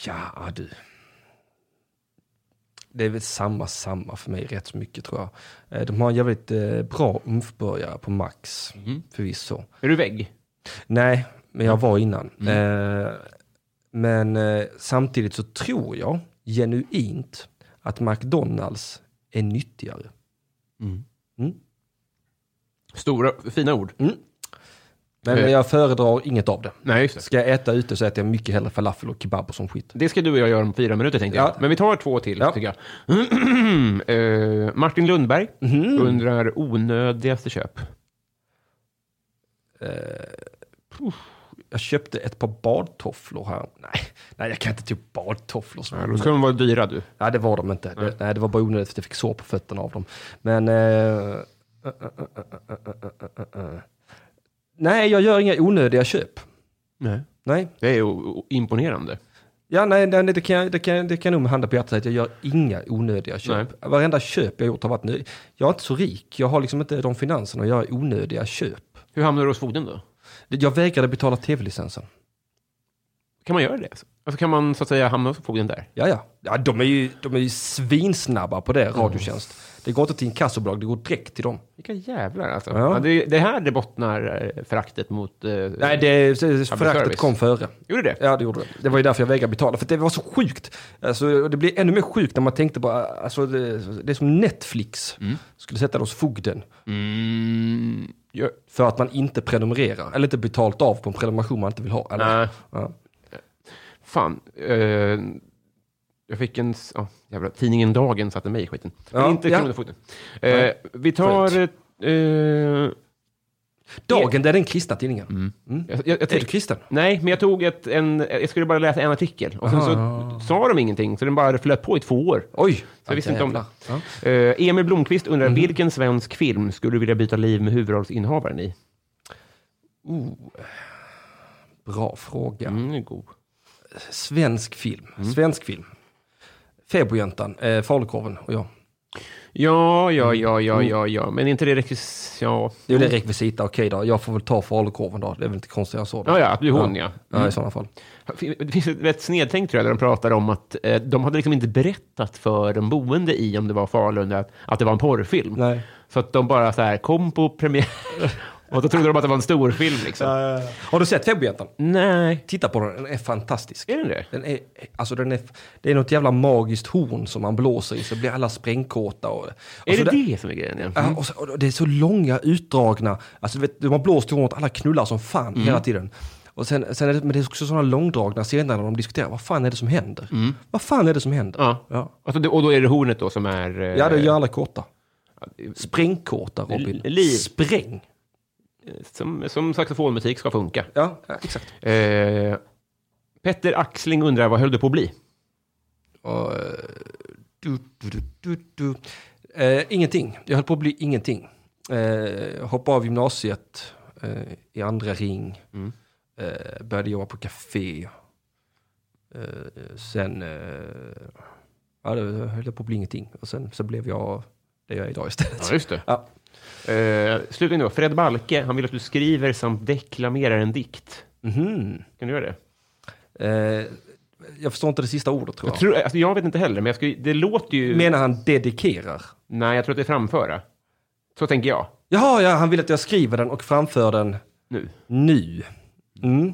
Ja, du. Det är väl samma, samma för mig rätt så mycket tror jag. Eh, De har en jävligt eh, bra umfbörjare på Max, förvisso.
Är du vägg?
Nej, men jag var innan. Eh, Men eh, samtidigt så tror jag genuint att McDonalds är nyttigare.
Stora, fina ord.
Mm. Men
Eh.
jag föredrar inget av det.
Nej, just det.
Ska jag äta ute så äter jag mycket hellre falafel och kebab och sån skit.
Det ska du och jag göra om fyra minuter tänkte
Ja.
jag. Men vi tar två till
Ja.
tycker jag. Eh, Martin Lundberg
Mhm. Mm.
undrar onödigaste köp.
Jag köpte ett par badtofflor här. Nej, nej jag kan inte ta upp badtofflor. Som
Då ska de vara dyra du.
Nej, det var de inte. Nej, det, nej, det var bara onödigt för att jag fick sår på fötterna av dem. Men... eh, eh, eh, eh, eh, eh, eh. Nej, jag gör inga onödiga köp.
Nej.
Nej.
Det är ju o- imponerande.
Ja, nej, nej det, kan, jag- det, kan, det kan jag nog med handen på hjärtat säga att jag gör inga onödiga köp. Varenda köp jag gjort har varit nöjd. Jag är inte så rik. Jag har liksom inte de finanserna att göra onödiga köp.
Hur hamnar du hos fogden då?
Jag vägrade betala tv-licensen.
Kan man göra det? Alltså?
Varför kan man så att säga hamna hos fogden där?
Ja, ja. ja de, är ju, de är ju svinsnabba på
Mm.
det, Radiotjänst. Det går inte till inkassobolag, det går direkt till dem.
Vilka jävlar alltså.
Ja.
Ja. det, det här det bottnar eh, föraktet mot... Eh,
Nej, det, det,
service.
föraktet kom före.
Gjorde det?
Ja, det gjorde det. Det var ju därför jag vägrade betala, för det var så sjukt. Alltså, och det blev ännu mer sjukt när man tänkte på, alltså, det, det är som Netflix skulle sätta det hos fogden.
Mm, jag,
För att man inte prenumererar, eller inte betalt av på en prenumeration man inte vill ha. Eller?
nej.
Ja.
Fan. Eh, jag fick en... s- Ja, jävlar, tidningen Dagen satte mig i skiten.
Ja,
inte
ja.
Kronofogden. Eh, vi tar... Eh,
Dagen, det är den kristna tidningen. Mm.
jag, jag, jag,
Är du kristen?
nej, men jag tog ett, en... Jag skulle bara läsa en artikel. Och sen så sa de ingenting, så den bara flöt på i två år.
Oj!
Så jag visste inte om det.
Ja.
Eh, Emil Blomqvist undrar,
Mhm.
vilken svensk film skulle du vilja byta liv med huvudrollsinnehavaren i?
Oh. Bra fråga.
Mm, det är god.
Svensk film.
Mm.
Svensk film. Fäbodjäntan, eh, Falukorven och jag.
Ja, ja, ja, ja, ja, ja, men inte det rekvis... Ja,
Det är väl det rekvisita, okej då. Jag får väl ta Falukorven då. Det är väl inte konstigt jag så. Då.
ja, Mm. ja att du är hon, ja.
Ja, i sådana fall.
Det finns ett rätt snedtänkt, tror jag, där de pratar om att eh, de hade liksom inte berättat för de boende i, om det var Falun, att, att det var en porrfilm.
Nej.
Så att de bara så här, kom på premiär. Och då trodde de att det var en stor film liksom.
Har du sett Fäbodjäntan?
Nej.
Titta på den, den är fantastisk.
Mm. Är den det?
Den är, alltså den är, det är något jävla magiskt horn som man blåser i så blir alla sprängkåta. Och, och
Är
så
det Mm.
där-
det som är grejen? igen?
Ja, och, så, och det är så långa utdragna, alltså du vet, de har blåst igång åt alla knullar som
Mm.
fan hela tiden. Och sen, sen är det, men det är också sådana långdragna scener när de diskuterar, vad fan är det som händer? Vad fan är det som händer?
Mm. Ja.
Ja,
Alltså, det- och då är det hornet då som är... eh,
ja det gör alla kåta. Sprängkåta Robin.
L- liv.
Spräng.
som, som saxofonmusik ska funka.
Ja, ja, exakt.
Eh, Petter Axling undrar, vad höll du på att bli?
Och, eh, du, du, du, du, du. Eh, ingenting. Jag höll på att bli ingenting. Eh, hoppade av gymnasiet eh, i andra ring. Eh, började jobba på café. Eh, sen eh, ja, det höll jag på att bli ingenting. Och sen så blev jag det jag är idag istället.
just det.
Ja.
Eh, slutligen då, Fred Balke, han vill att du skriver samt deklamerar en dikt.
Mhm.
Kan du göra det?
Eh, jag förstår inte det sista ordet tror
Jag,
jag.
tror, alltså, jag vet inte heller, men jag skulle, det låter ju...
Menar han dedikerar?
Nej, jag tror att det är framföra. Så tänker jag.
Jaha, ja, han vill att jag skriver den och framför den
Nu.
nu. Mm.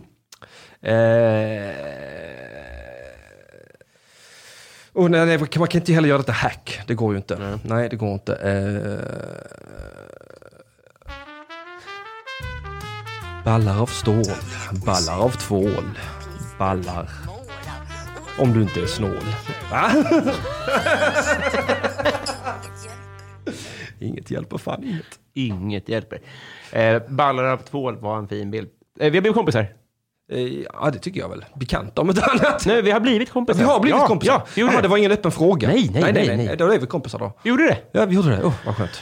Eh... Och Oh, nej, nej, man kan man kan inte heller göra detta hack. Det går ju inte. Nej, det går inte. Eh... Ballar av stål, ballar av tvål, ballar. Om du inte är snål. Va? inget hjälper fan inget.
Inget hjälper. Eh, ballar av tvål var en fin bild. Eh, vi har blivit kompisar.
Eh, Ja, det tycker jag väl. Bekanta om inte annat.
Nej, vi har blivit kompisar.
Vi har blivit
ja,
kompisar.
Ja, vi gjorde
Jaha,
det.
det var ingen öppen fråga.
Nej, nej,
nej,
nej, nej.
Då är vi kompisar då.
Gjorde det?
Ja, vi gjorde det. Åh, vad skönt.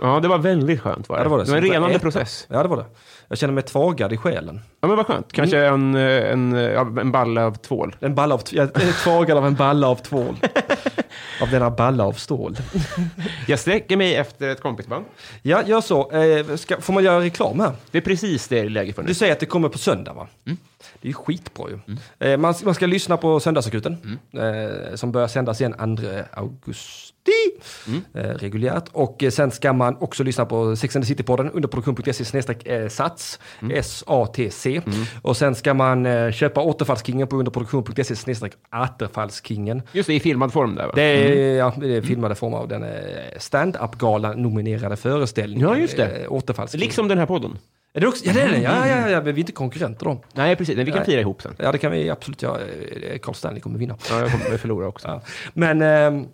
Ja, det var väldigt skönt. Var det.
Ja, det var det.
det var en
Så-
renande
ett-
process.
Ja, det var det. Jag känner mig tvagad i själen.
Ja, men vad skönt. Kanske en, eh, en, eh, ja, en balla av tvål.
En balla av... Jag är tvagad av en balla av tvål. av denna balla av stål.
Jag sträcker mig efter ett kompisband.
Ja, gör så. Eh, ska, får man göra reklam här?
Det är precis det läget för nu.
Du säger att det kommer på söndag, va?
Mm.
Det är ju skitbra ju. Eh, man, man ska lyssna på Söndagsakuten,
Mm.
eh, som börjar sändas igen 2 augusti
Mm.
eh, reguljärt. Och eh, sen ska man också lyssna på Sex and the City-podden under produktion.se snedstreck, eh, sats,
Mm.
S-A-T-C. Och sen ska man eh, köpa Återfallskingen på underproduktion.se snedstreck Återfallskingen.
Just det, i filmad form där va? Mm.
Det är, ja, det är filmade form av den eh, stand-up-gala-nominerade föreställningen.
Ja, just det.
Eh, Återfallskingen.
Liksom den här podden.
Är det också, ja, det är den. Ja, ja, ja, ja, men vi är inte konkurrenter då.
Nej, precis. Men vi kan
Nej.
fira ihop sen.
Ja, det kan vi absolut göra. Eh, Carl Stanley kommer vinna.
Ja, jag kommer förlora också.
Ja. Men, ehm,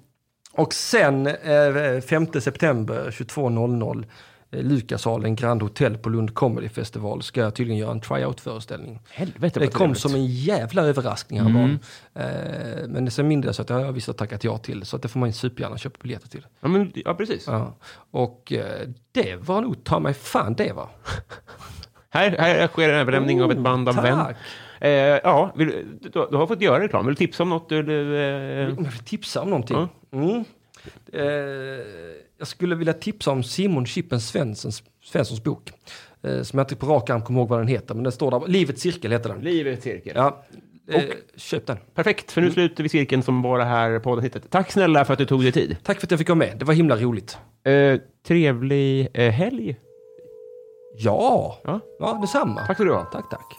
och sen eh, 5 september 22.00, eh, Lukasalen Grand Hotel på Lund Comedy Festival, ska jag tydligen göra en tryout-föreställning.
Helvete
Det
vad
kom
trevligt. Mm.
som en jävla överraskning häromdagen. Eh, men det sen mindre så att det har jag visst tackat ja till, så att det får man ju supergärna köpa biljetter till.
Ja, men, ja precis.
Ja. Och eh, det var nog ta mig fan det var.
Här, här sker en överlämning av ett
Oh,
band av
tack.
vän. Eh, ja, vill, du, du har fått göra reklam. Vill du tipsa om något? Du, du, eh,
Om jag vill tipsa om någonting? Mm. Eh, jag skulle vilja tipsa om Simon Chippen Svenssons, Svenssons bok. eh, som jag inte på rak arm kommer ihåg vad den heter, men den står där. Livets cirkel heter den.
Livets cirkel.
Ja, eh, köp den.
Perfekt, för nu slutar vi cirkeln som var det här poddavsnittet. Tack snälla för att du tog dig tid.
Tack för att jag fick vara med, det var himla roligt.
Eh, trevlig eh, helg.
Ja,
Ja.
ja detsamma.
Tack ska du ha.
tack. tack.